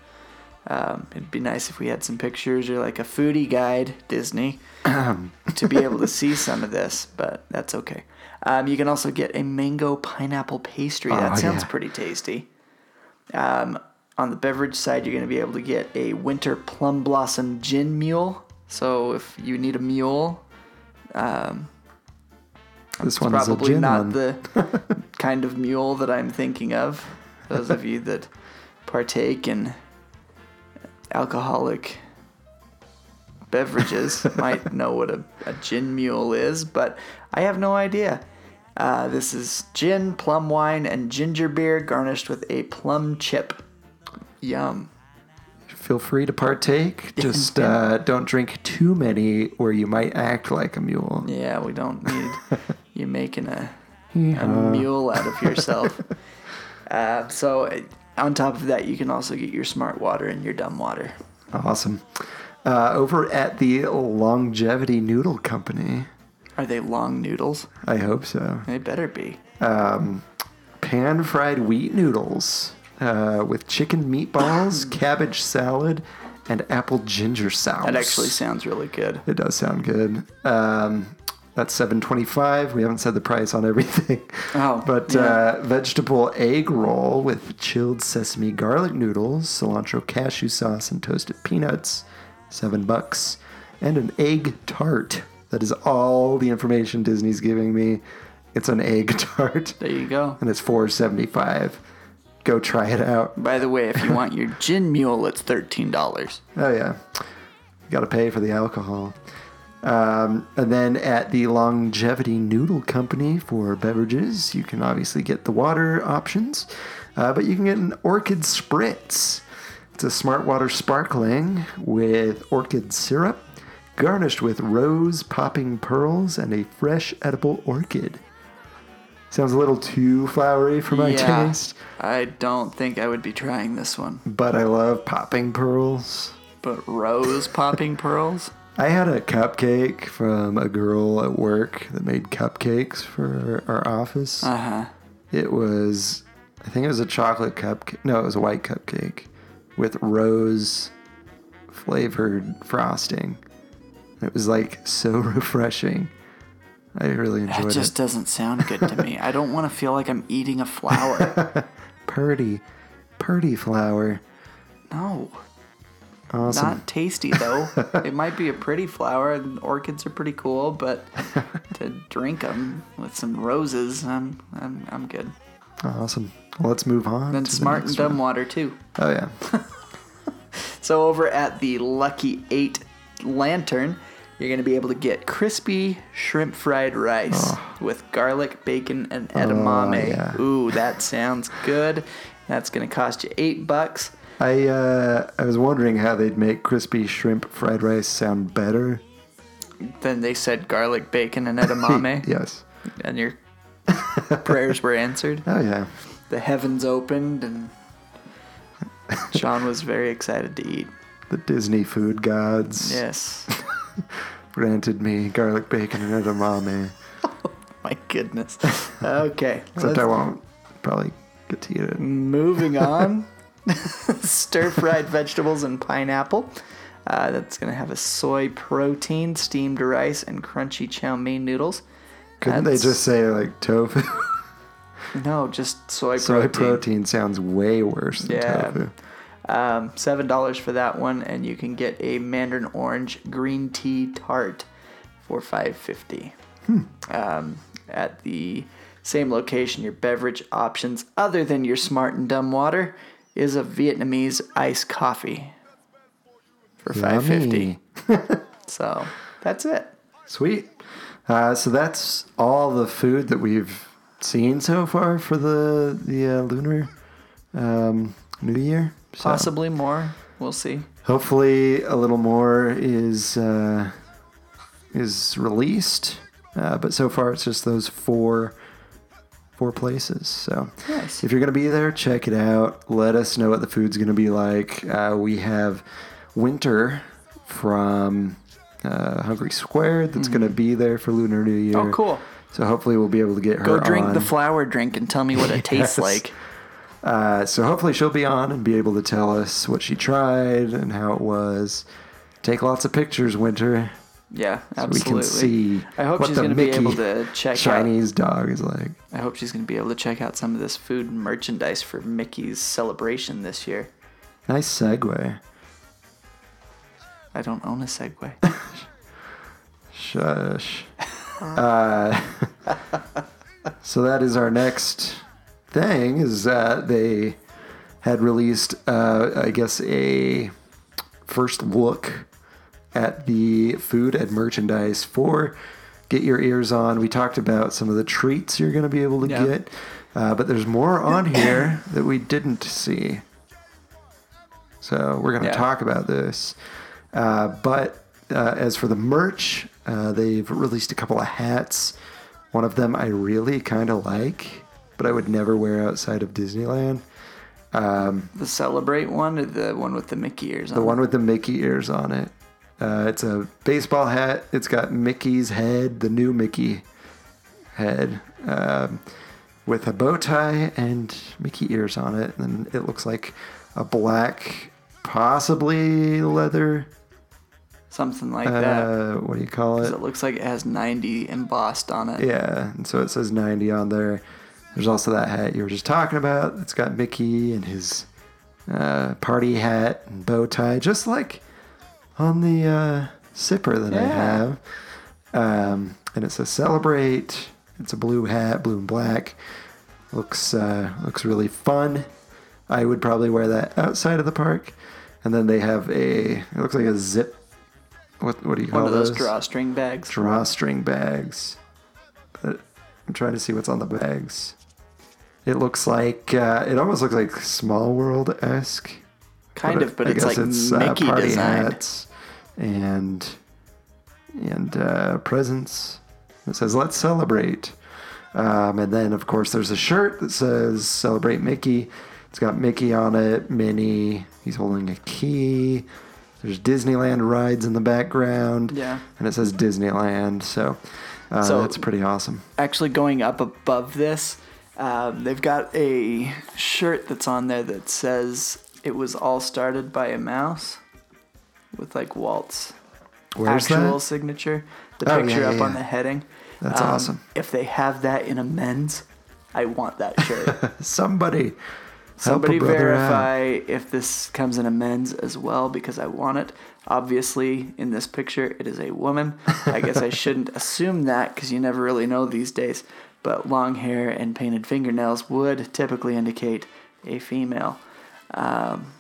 S6: Um, it'd be nice if we had some pictures or like a foodie guide, Disney, to be able to see some of this, but that's okay. Um, you can also get a mango pineapple pastry. That
S5: Oh,
S6: sounds
S5: yeah.
S6: pretty tasty. Um, on the beverage side, you're going to be able to get a winter plum blossom gin mule. So if you need a mule,
S5: This one's
S6: probably
S5: a gin
S6: not
S5: one.
S6: the kind of mule that I'm thinking of. Those of you that partake in alcoholic beverages might know what a, a gin mule is, but I have no idea. Uh, this is gin, plum wine, and ginger beer garnished with a plum chip. Yum.
S5: Feel free to partake. Just uh, don't drink too many, or you might act like a mule.
S6: Yeah, we don't need you making a, a mule out of yourself. uh, so, uh, on top of that, you can also get your smart water and your dumb water.
S5: Awesome. Uh, over at the Longevity Noodle Company,
S6: Are they long noodles?
S5: I hope so.
S6: They better be.
S5: Pan fried wheat noodles uh, with chicken meatballs, cabbage salad, and apple ginger sauce.
S6: That actually sounds really good.
S5: It does sound good. Um, that's seven twenty-five. We haven't said the price on everything.
S6: Oh,
S5: but
S6: yeah.
S5: uh, vegetable egg roll with chilled sesame garlic noodles, cilantro cashew sauce, and toasted peanuts, seven bucks, and an egg tart. That is all the information Disney's giving me. It's an egg tart,
S6: There you go.
S5: and it's four seventy-five. Go try it out.
S6: By the way, if you want your gin mule, it's thirteen dollars.
S5: Oh yeah, got to pay for the alcohol. Um, and then at the Longevity Noodle Company for beverages, you can obviously get the water options, uh, but you can get an Orchid Spritz. It's a smart water sparkling with orchid syrup, garnished with rose popping pearls and a fresh edible orchid. Sounds a little too flowery for my
S6: Yeah,
S5: taste,
S6: I don't think I would be trying this one.
S5: but I love popping pearls.
S6: But rose popping pearls.
S5: I had a cupcake from a girl at work that made cupcakes for our office. Uh
S6: Uh-huh.
S5: huh. It was, I think it was a chocolate cupcake. No, it was a white cupcake with rose flavored frosting. It was like so refreshing. I really enjoyed
S6: That just
S5: it.
S6: doesn't sound good to me. I don't want to feel like I'm eating a flower.
S5: Purdy, purdy flower.
S6: No.
S5: Awesome.
S6: Not tasty though. it might be a pretty flower, and orchids are pretty cool, but to drink them with some roses, I'm I'm, I'm good.
S5: awesome. Well, let's move on.
S6: And
S5: to the
S6: smart and
S5: next
S6: dumb
S5: one.
S6: water too.
S5: Oh yeah.
S6: So over at the Lucky Eight Lantern, you're gonna be able to get crispy shrimp fried rice with garlic, bacon, and edamame.
S5: Oh. yeah.
S6: Ooh, that sounds good. That's gonna cost you eight bucks.
S5: I uh, I was wondering how they'd make crispy shrimp fried rice sound better.
S6: Then they said garlic, bacon, and edamame,
S5: Yes.
S6: and your prayers were answered.
S5: Oh yeah.
S6: the heavens opened and Sean was very excited to eat.
S5: The Disney food gods
S6: Yes.
S5: granted me garlic bacon and edamame.
S6: My goodness. Okay.
S5: Except I
S6: let's-
S5: won't probably get to eat it.
S6: Moving on. Stir fried vegetables and pineapple. Uh, that's going to have a soy protein, steamed rice, and crunchy chow mein noodles.
S5: Couldn't they
S6: that's-
S5: just say like tofu?
S6: No, just soy,
S5: Soy
S6: protein.
S5: protein sounds way worse than
S6: Yeah.
S5: tofu.
S6: Um, Seven dollars for that one, and you can get a mandarin orange green tea tart for five fifty.
S5: Hmm.
S6: Um, at the same location, your beverage options other than your smart and dumb water is a Vietnamese iced coffee for five fifty.
S5: Yummy.
S6: So that's it.
S5: Sweet. Uh, so that's all the food that we've seen so far for the the uh, lunar um, new year. So
S6: Possibly more. We'll see.
S5: Hopefully, a little more is uh, is released, uh, but so far it's just those four four places. So
S6: Nice.
S5: if you're gonna be there, check it out. Let us know what the food's gonna be like. Uh, we have winter from uh, Hungry Square that's gonna be there for Lunar New Year.
S6: Hmm. Oh, cool.
S5: So hopefully we'll be able to get her.
S6: Go drink
S5: on.
S6: the flower drink and tell me what it
S5: Yes.
S6: tastes like.
S5: Uh, so hopefully she'll be on and be able to tell us what she tried and how it was. Take lots of pictures, Winter,
S6: Yeah,
S5: so
S6: absolutely.
S5: we can see.
S6: I hope
S5: what
S6: she's
S5: the
S6: going to be
S5: Mickey
S6: able to check out
S5: Chinese dog is like.
S6: I hope she's going to be able to check out some of this food and merchandise for Mickey's celebration this year.
S5: Nice segue.
S6: I don't own a Segway.
S5: Shush. uh, so that is our next thing. Is that they had released, uh, I guess, a first look at the food and merchandise for Get Your Ears On. We talked about some of the treats you're going to be able to
S6: Yeah.
S5: get, uh, but there's more on here that we didn't see. So we're going to
S6: Yeah.
S5: talk about this. Uh, but uh, as for the merch, uh, they've released a couple of hats. One of them I really kind of like, but I would never wear outside of Disneyland.
S6: the celebrate one or the one with the Mickey ears on
S5: The
S6: it?
S5: one with the Mickey ears on it. Uh, it's a baseball hat. It's got Mickey's head, the new Mickey head, um, with a bow tie and Mickey ears on it. And it looks like a black, possibly leather.
S6: Something like that.
S5: Uh, what do you call
S6: 'Cause
S5: it?
S6: It looks like it has 90 embossed on it.
S5: Yeah, and so it says 90 on there. There's also that hat you were just talking about. It's got Mickey and his uh, party hat and bow tie, just like on the uh, zipper that I
S6: Yeah.
S5: have. Um, and it says celebrate. It's a blue hat, blue and black. Looks uh, looks really fun. I would probably wear that outside of the park. And then they have a. It looks like a zip. What what do you call
S6: One of those
S5: those?
S6: drawstring bags.
S5: drawstring bags. Uh, I'm trying to see what's on the bags. It looks like uh, it almost looks like Small World esque.
S6: kind of, but it's like Mickey design.
S5: uh, hats and and uh, presents. It says "Let's celebrate," um, and then of course there's a shirt that says "Celebrate Mickey." It's got Mickey on it, Minnie. He's holding a key. There's Disneyland rides in the background.
S6: Yeah.
S5: and it says Disneyland. So. Uh,
S6: So-
S5: that's pretty awesome.
S6: actually going up above this, um, they've got a shirt that's on there that says it was all started by a mouse with like Walt's
S5: Where's
S6: actual
S5: that?
S6: signature. The
S5: Oh,
S6: picture
S5: yeah,
S6: up
S5: yeah,
S6: on
S5: yeah.
S6: the heading. Um,
S5: That's awesome.
S6: If they have that in a men's, I want that shirt.
S5: Somebody, help a
S6: Somebody
S5: brother out.
S6: verify if this comes in a men's as well because I want it. Obviously, in this picture, it is a woman. I guess I shouldn't assume that because you never really know these days. But long hair and painted fingernails would typically indicate a female. Um,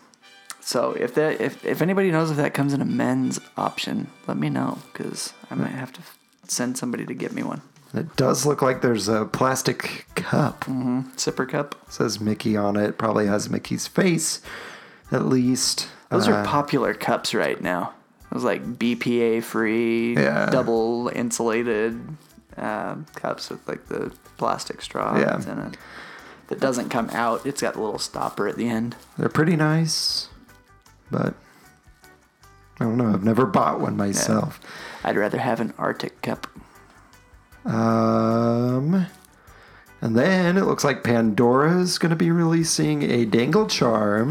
S6: so if that if, if anybody knows if that comes in a men's option, let me know because I might have to f- send somebody to get me one.
S5: It does look like there's a plastic cup.
S6: Sipper cup.
S5: says Mickey on it. Probably has Mickey's face, at least.
S6: Those
S5: Uh,
S6: are popular cups right now. Those like BPA free,
S5: Yeah.
S6: double insulated um, cups with like the plastic straw
S5: Yeah.
S6: that's in it. That doesn't come out. It's got the little stopper at the end.
S5: They're pretty nice, but I don't know. I've never bought one myself.
S6: I'd rather have an Arctic cup.
S5: Um, and then it looks like Pandora's going to be releasing a dangle charm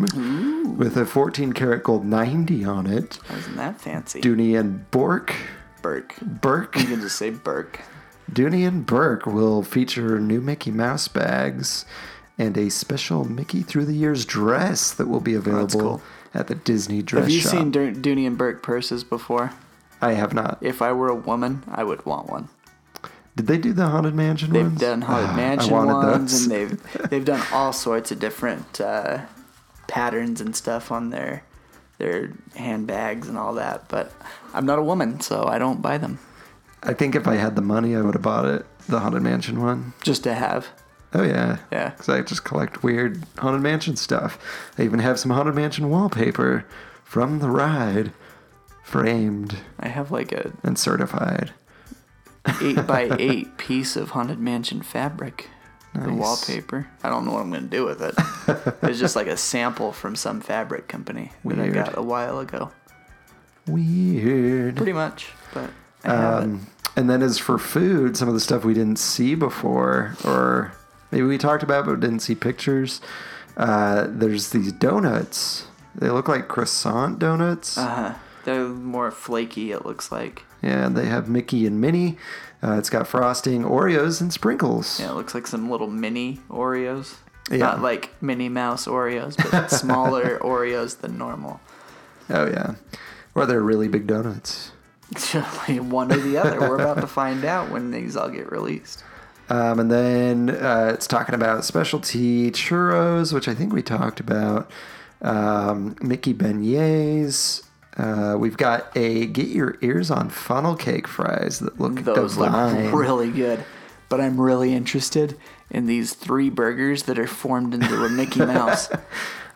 S5: with a 14 karat gold 90 on it.
S6: Isn't that fancy?
S5: Dooney and Bork.
S6: Burke.
S5: Burke.
S6: You can just say Burke.
S5: Dooney and Burke will feature new Mickey Mouse bags and a special Mickey Through the Years dress that will be available
S6: Oh, cool.
S5: at the Disney Dress
S6: Have you
S5: Shop.
S6: seen Dur- Dooney and Burke purses before?
S5: I have not.
S6: If I were a woman, I would want one.
S5: Did they do the Haunted Mansion
S6: They've
S5: ones?
S6: done
S5: Ah,
S6: haunted mansion
S5: I wanted
S6: ones,
S5: those.
S6: and they've they've done all sorts of different uh, patterns and stuff on their their handbags and all that. But I'm not a woman, so I don't buy them
S5: I think if I had the money, I would have bought it. The Haunted Mansion one.
S6: just to have.
S5: Oh yeah,
S6: Yeah.
S5: Because I just collect weird haunted mansion stuff. I even have some haunted mansion wallpaper from the ride, framed
S6: I have like a
S5: and certified.
S6: eight by eight piece of haunted mansion fabric. The
S5: Nice.
S6: wallpaper. I don't know what I'm going to do with it. it's just like a sample from some fabric company that I
S5: Weird.
S6: got a while ago.
S5: Weird.
S6: Pretty much, but I have it.
S5: And then as for food, some of the stuff we didn't see before, or maybe we talked about but didn't see pictures. Uh, there's these donuts. They look like croissant donuts.
S6: Ah. Uh-huh. They're more flaky. It looks like.
S5: Yeah, they have Mickey and Minnie. Uh, it's got frosting, Oreos, and sprinkles.
S6: Yeah, it looks like some little mini Oreos.
S5: Yeah.
S6: Not like Minnie Mouse Oreos, but smaller Oreos than normal.
S5: Oh, yeah. Or they're really big donuts.
S6: One or the other. We're about to find out when these all get released.
S5: Um, and then uh, it's talking about specialty churros, which I think we talked about, um, Mickey beignets. Uh, we've got a get your ears on funnel cake fries that look
S6: Those
S5: divine.
S6: look really good. But I'm really interested in these three burgers that are formed into a Mickey Mouse.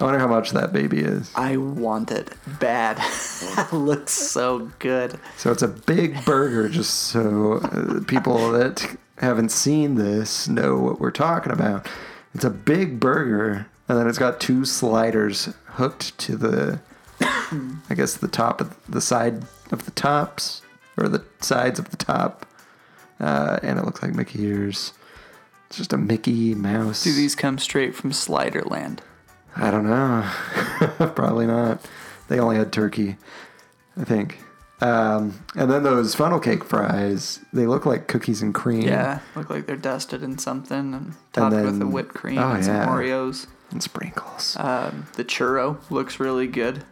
S5: I wonder how much that baby is.
S6: I want it bad. it looks so good.
S5: So it's a big burger, just so uh, people that haven't seen this know what we're talking about. It's a big burger, and then it's got two sliders hooked to the, I guess, the top of the side of the tops, or the sides of the top. Uh, and it looks like Mickey ears. It's just a Mickey Mouse.
S6: Do these come straight from Sliderland?
S5: I don't know. Probably not. They only had turkey, I think. Um, and then those funnel cake fries, they look like cookies and cream.
S6: Yeah, look like they're dusted in something and topped with the
S5: then-
S6: whipped cream
S5: oh,
S6: and some
S5: yeah.
S6: Oreos.
S5: And sprinkles.
S6: Um, The churro looks really good.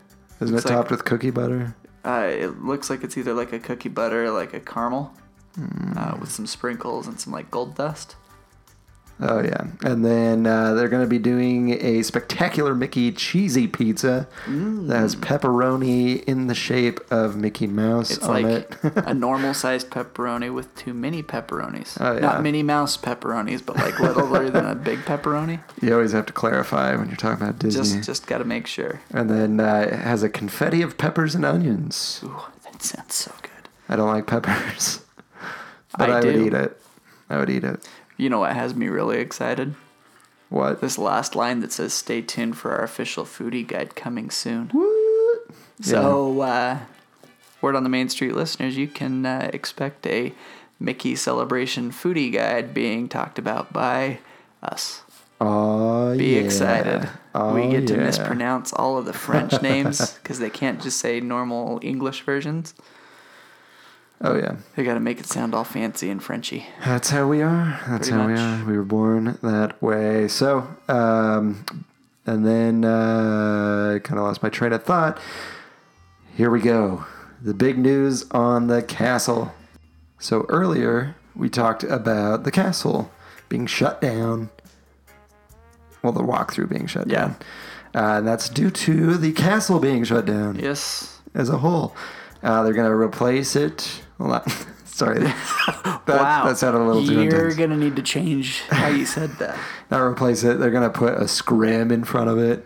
S5: Isn't it
S6: Oh, it's like-
S5: topped with cookie butter?
S6: Uh, it looks like it's either like a cookie butter or like a caramel
S5: Hmm.
S6: uh, with some sprinkles and some like gold dust.
S5: Oh, yeah. And then uh, they're going to be doing a spectacular Mickey cheesy pizza
S6: Mm.
S5: that has pepperoni in the shape of Mickey Mouse
S6: It's
S5: on
S6: like
S5: it.
S6: a normal sized pepperoni with two mini pepperonis.
S5: Oh, yeah.
S6: Not Minnie Mouse pepperonis, but like littler than a big pepperoni.
S5: you always have to clarify when you're talking about Disney.
S6: Just just got to make sure.
S5: and then uh, it has a confetti of peppers and onions.
S6: Ooh, that sounds so good.
S5: I don't like peppers. but
S6: I
S5: I,
S6: do.
S5: would eat it. I would eat it.
S6: You know what has me really excited?
S5: What?
S6: This last line that says, "Stay tuned for our official foodie guide coming soon." So, uh, word on the Main Street listeners, you can uh, expect a Mickey celebration foodie guide being talked about by us.
S5: Oh,
S6: Be
S5: yeah.
S6: excited.
S5: Oh,
S6: we get to
S5: yeah.
S6: mispronounce all of the French names because they can't just say normal English versions.
S5: Oh, yeah.
S6: They got to make it sound all fancy and Frenchy.
S5: That's how we are. That's
S6: Pretty
S5: how
S6: much.
S5: we are. We were born that way. So, um, and then uh, I kind of lost my train of thought. Here we go. The big news on the castle. So, earlier we talked about the castle being shut down. Well, the walkthrough being shut
S6: Yeah.
S5: down. Uh, and that's due to the castle being shut down
S6: Yes.
S5: as a whole. Uh, they're going to replace it. Well, not, sorry. That,
S6: wow.
S5: that sounded a little too
S6: You're
S5: intense.
S6: gonna need to change how you said that.
S5: Not replace it. They're going to put a scrim in front of it.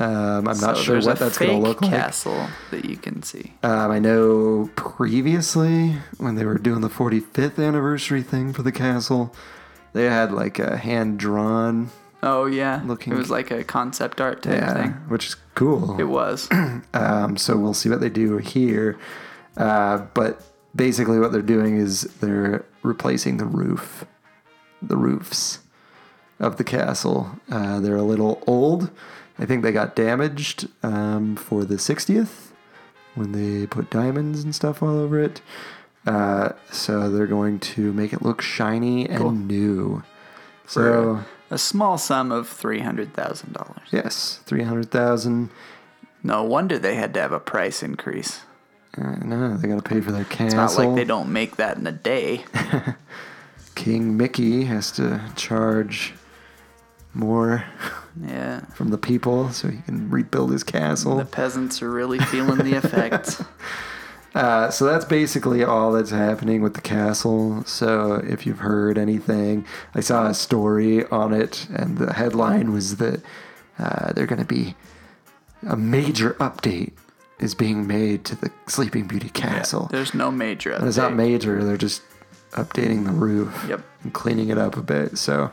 S5: Um, I'm not
S6: So
S5: sure
S6: there's
S5: what
S6: a
S5: that's going
S6: fake
S5: to look
S6: Castle that you can see.
S5: like. Um, I know previously when they were doing the 45th anniversary thing for the castle, they had like a hand drawn
S6: Oh yeah,
S5: Looking-
S6: It was like a concept art type
S5: yeah,
S6: thing.
S5: which is cool.
S6: It was.
S5: Um, so we'll see what they do here. Uh, but basically, what they're doing is they're replacing the roof, the roofs of the castle. Uh, they're a little old. I think they got damaged um, for the 60th when they put diamonds and stuff all over it. Uh, so they're going to make it look shiny and new. So
S6: A small sum of three hundred thousand dollars.
S5: yes, three hundred thousand.
S6: No wonder they had to have a price increase.
S5: Uh, no, they got to pay for their
S6: It's
S5: castle.
S6: not like they don't make that in a day.
S5: King Mickey has to charge more
S6: Yeah.
S5: from the people so he can rebuild his castle.
S6: The peasants are really feeling the effects.
S5: Uh, so that's basically all that's happening with the castle. So if you've heard anything, I saw a story on it, and the headline was that uh, they're going to be a major update is being made to the Sleeping Beauty castle.
S6: There's no major update.
S5: And it's not major; they're just updating the roof
S6: Yep.
S5: and cleaning it up a bit. So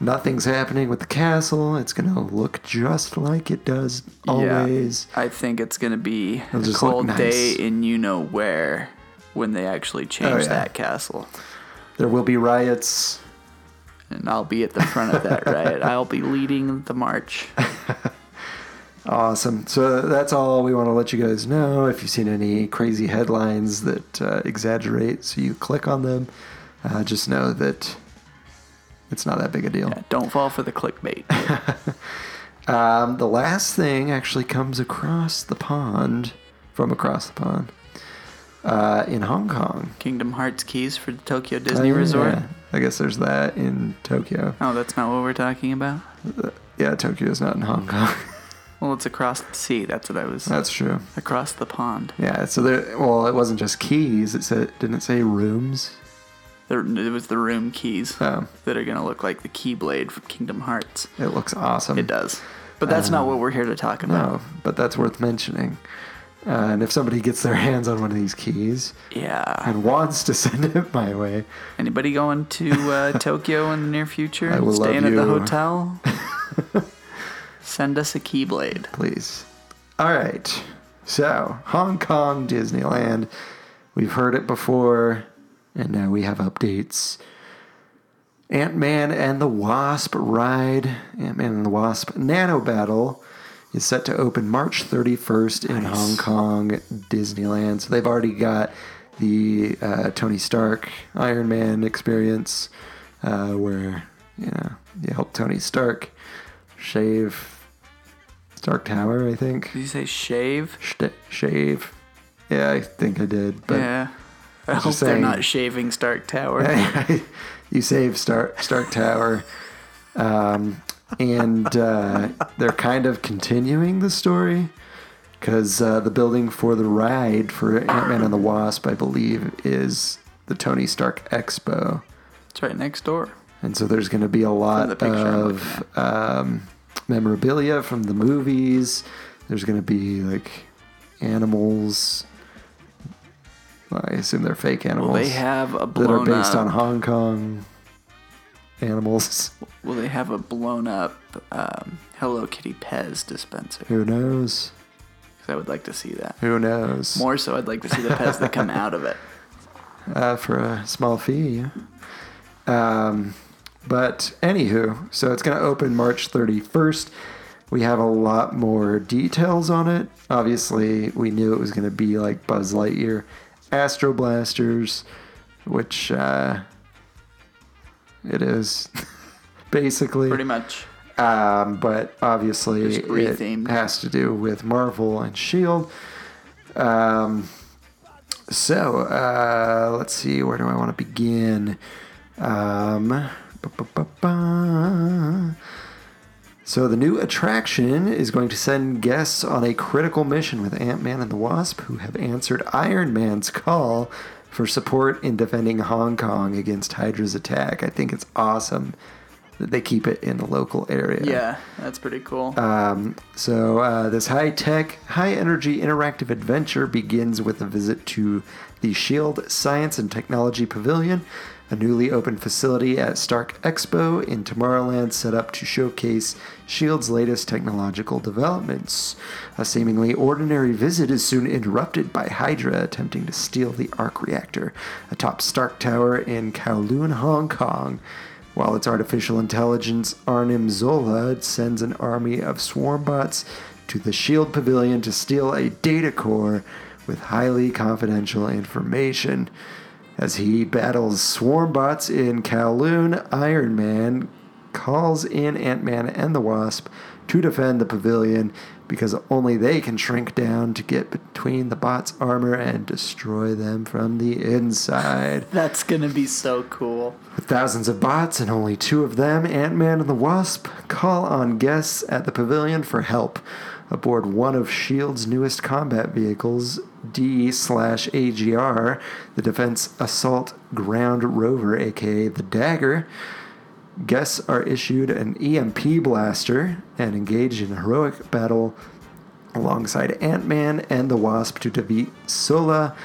S5: nothing's happening with the castle. It's going to look just like it does always.
S6: Yeah, I think it's gonna be a
S5: just look
S6: cold
S5: nice. Oh,
S6: day in you know where when they actually change
S5: yeah.
S6: that castle,
S5: There will be riots.
S6: and I'll be at the front of that riot. I'll be leading the march.
S5: Awesome. So that's all we want to let you guys know. If you've seen any crazy headlines that uh, exaggerate, so you click on them, uh, just know that it's not that big a deal.
S6: Don't fall for the clickbait.
S5: Um, the last thing actually comes across the pond, from across the pond, uh, in Hong Kong.
S6: Kingdom Hearts keys for the Tokyo Disney
S5: Oh, yeah.
S6: Resort.
S5: I guess there's that in Tokyo.
S6: Oh, that's not what we're talking about.
S5: Yeah, Tokyo's not in Hong
S6: Mm.
S5: Kong.
S6: Well, it's across the sea. That's what I was.
S5: that's true.
S6: across the pond.
S5: Yeah. So there. Well, it wasn't just keys. It said didn't it say rooms.
S6: There, it was the room keys
S5: Oh.
S6: that are gonna look like the Keyblade from Kingdom Hearts.
S5: It looks awesome.
S6: It does, but that's not what we're here to talk about.
S5: Mm. Um, No, but that's worth mentioning. Uh, and if somebody gets their hands on one of these keys
S6: Yeah.
S5: and wants to send it my way,
S6: Anybody going to uh, Tokyo in the near future?
S5: I will love
S6: Staying at the
S5: you.
S6: hotel? Send us a Keyblade.
S5: please. All right. So, Hong Kong Disneyland. We've heard it before, and now we have updates. Ant Man and the Wasp ride, Ant Man and the Wasp Nano Battle is set to open March 31st in Hong Kong Disneyland. So they've already got the uh, Tony Stark Iron Man experience uh, where, you know, you help Tony Stark shave Stark Tower, I think.
S6: Did you say shave?
S5: Sh- shave. Yeah, I think I did. But
S6: yeah. I hope
S5: just
S6: they're
S5: saying.
S6: not shaving Stark Tower.
S5: you save Stark Stark Tower, um, and uh, they're kind of continuing the story because uh, the building for the ride for Ant Man and the Wasp, I believe, is the Tony Stark Expo,
S6: It's right next door.
S5: and so there's going to be a lot
S6: the picture I'm
S5: of um, memorabilia from the movies. There's going to be like animals. I assume they're fake animals
S6: Will they have a
S5: that are
S6: blown
S5: based
S6: up.
S5: on Hong Kong animals.
S6: will they have a blown up um, Hello Kitty Pez dispenser?
S5: Who knows?
S6: 'Cause I would like to see that.
S5: Who knows?
S6: More so, I'd like to see the Pez that come out of it.
S5: uh, for a small fee. yeah. Um, but anywho, so it's going to open March 31st. We have a lot more details on it. Obviously, we knew it was going to be like Buzz Lightyear, Astro Blasters, which uh, it is basically.
S6: Pretty much.
S5: Um, but obviously,
S6: Just
S5: it
S6: rethemed.
S5: has to do with Marvel and Shield. E Um, so uh, let's see, where do I want to begin? Um, ba-ba-ba-ba. So the new attraction is going to send guests on a critical mission with Ant-Man and the Wasp, who have answered Iron Man's call for support in defending Hong Kong against Hydra's attack. I think it's awesome that they keep it in the local area.
S6: Yeah, that's pretty cool.
S5: So, uh, this high tech, high energy interactive adventure begins with a visit to the SHIELD E Science and Technology Pavilion, a newly opened facility at Stark Expo in Tomorrowland set up to showcase SHIELD's E latest technological developments. A seemingly ordinary visit is soon interrupted by Hydra attempting to steal the arc reactor atop Stark Tower in Kowloon, Hong Kong. While its artificial intelligence, Arnim Zola sends an army of swarm bots to the Shield Pavilion to steal a data core with highly confidential information. as he battles swarm bots in Kowloon. Iron Man calls in Ant Man and the Wasp to defend the pavilion because only they can shrink down to get between the bots' armor and destroy them from the inside.
S6: That's gonna be so cool.
S5: With thousands of bots and only two of them, Ant Man and the Wasp call on guests at the pavilion for help aboard one of S.H.I.E.L.D.'s E newest combat vehicles, D E slash AGR, the Defense Assault Ground Rover, aka the Dagger. Guests are issued an EMP blaster and engaged in a heroic battle alongside Ant Man and the Wasp to defeat Sola,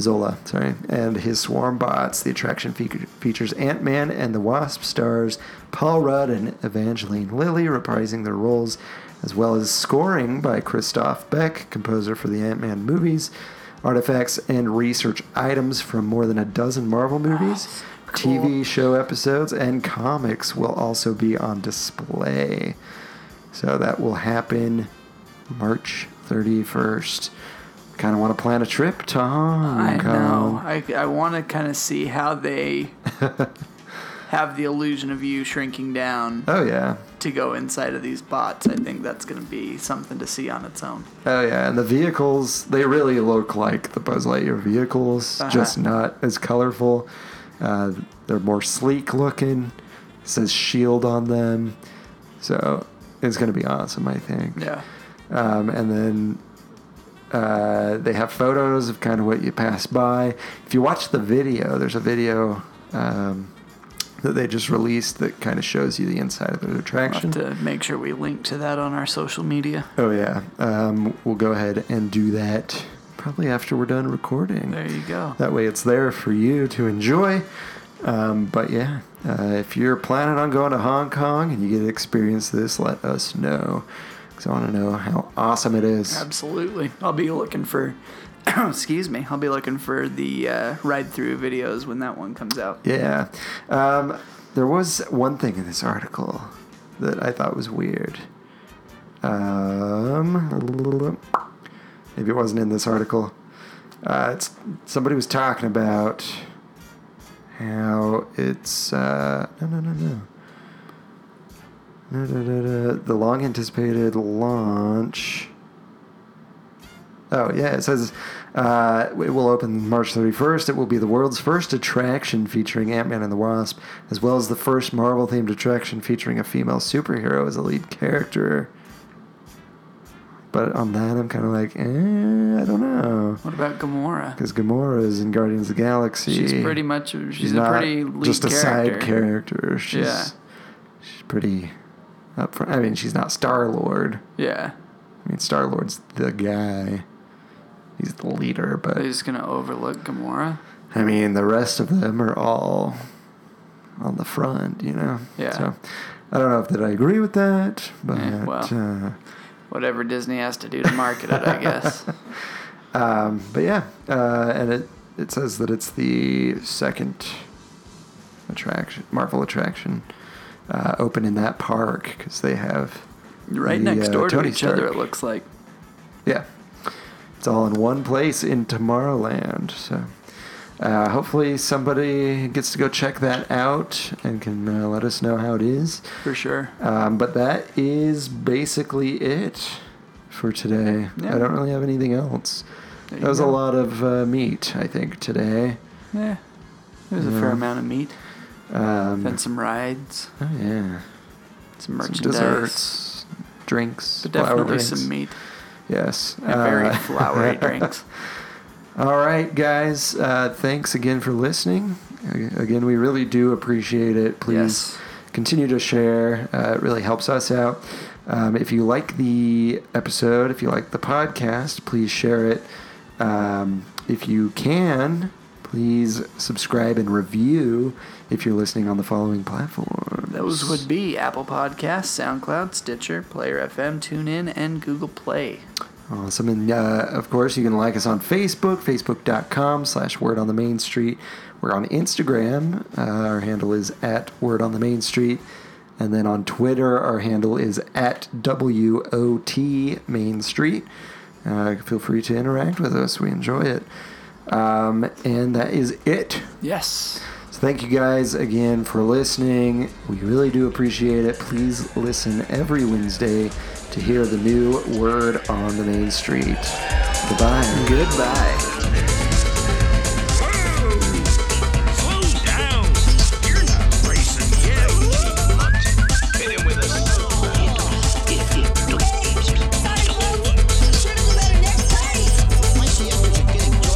S5: Zola, sorry, and his swarm bots. The attraction fe- features Ant Man and the Wasp stars Paul Rudd and Evangeline Lilly reprising their roles, as well as scoring by Christoph Beck, composer for the Ant Man movies, artifacts and research items from more than a dozen Marvel movies. TV show episodes and comics will also be on display. So that will happen March 31st. Kind of want to plan a trip to Hong
S6: I
S5: Kong.
S6: know. I, I want to kind of see how they have the illusion of you shrinking down
S5: Oh, yeah.
S6: to go inside of these bots. I think that's going to be something to see on its own.
S5: Oh, yeah. And the vehicles, they really look like the Buzz Lightyear
S6: Uh-huh.
S5: vehicles, just not as colorful. Uh, they're more sleek looking. It says shield on them. So it's going to be awesome, I think.
S6: Yeah.
S5: Um, and then uh, they have photos of kind of what you pass by. If you watch the video, there's a video um, that they just released that kind of shows you the inside of the
S6: We'll
S5: attraction.
S6: have to make sure we link to that on our social media.
S5: Oh, yeah. Um, we'll go ahead and do that probably after we're done recording.
S6: There you go.
S5: That way it's there for you to enjoy. Um, but yeah, uh, if you're planning on going to Hong Kong and you get to experience this, let us know. Because I want to know how awesome it is.
S6: Absolutely. I'll be looking for. excuse me. I'll be looking for the uh, ride-through videos when that one comes out.
S5: Yeah. Um, there was one thing in this article that I thought was weird. Um, maybe it wasn't in this article. Uh, it's, somebody was talking about how it's. Uh, no, no, no, no. No, no, no, no. The long anticipated launch. Oh, yeah. It says uh, it will open March 31st. It will be the world's first attraction featuring Ant Man and the Wasp, as well as the first Marvel themed attraction featuring a female superhero as a lead character. But on that, I'm kind of like, eh, I don't know.
S6: What about Gamora?
S5: Because Gamora is in Guardians of the Galaxy.
S6: She's pretty much. She's,
S5: She's
S6: a
S5: not
S6: pretty lead
S5: just a
S6: character.
S5: side character. She's,
S6: Yeah.
S5: she's pretty up front. I mean, she's not Star Lord.
S6: Yeah.
S5: I mean, Star Lord's the guy. He's the leader,
S6: They're
S5: but
S6: just gonna overlook Gamora.
S5: I mean, the rest of them are all on the front, you know.
S6: Yeah.
S5: So I don't know if that I agree with that, but
S6: Yeah, well.
S5: uh,
S6: Whatever Disney has to do to market it, I guess.
S5: But yeah, uh, and it it says that it's the second attraction, Marvel attraction, uh, open in that park because they have
S6: Right
S5: the,
S6: next
S5: uh,
S6: door to
S5: Tony
S6: each other,
S5: Stark.
S6: it looks like.
S5: Yeah, it's all in one place in Tomorrowland. So uh, hopefully somebody gets to go check that out and can uh, let us know how it is.
S6: For sure.
S5: Um, but that is basically it for today.
S6: Yeah.
S5: I don't really have anything else.
S6: you
S5: That was a
S6: go.
S5: lot of uh, meat, I think, today.
S6: Yeah. There's a fair amount of meat.
S5: Um,
S6: Then some rides,
S5: oh, yeah.
S6: some
S5: Some
S6: merchandise.
S5: desserts, drinks,
S6: But
S5: flower
S6: definitely
S5: drinks.
S6: some meat.
S5: Yes.
S6: And very
S5: Uh,
S6: flowery drinks.
S5: All right, guys. Uh, thanks again for listening. Ag- Again, we really do appreciate it. Please
S6: Yes.
S5: continue to share. Uh, it really helps us out. Um, if you like the episode, if you like the podcast, please share it. Um, if you can, please subscribe and review if you're listening on the following platform.
S6: Those would be Apple Podcasts, SoundCloud, Stitcher, Player FM, TuneIn, and Google Play.
S5: Awesome. And uh, of course, you can like us on Facebook, facebook.com slash word on the main street. We're on Instagram. Uh, our handle is at word on the main street. And then on Twitter, our handle is at WOT main street. Uh, feel free to interact with us. We enjoy it. Um, and that is it.
S6: Yes.
S5: So thank you guys again for listening. We really do appreciate it. Please listen every Wednesday to hear the new word on the main street. Goodbye.
S6: Goodbye.
S9: Slow down. You're not racing yet.
S3: Hit him with a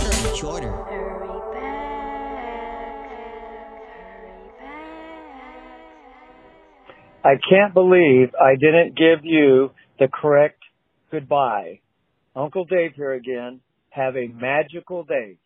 S10: Hurry back. Hurry back.
S8: I can't believe I didn't give you the correct goodbye. Uncle Dave here again. Have a magical day.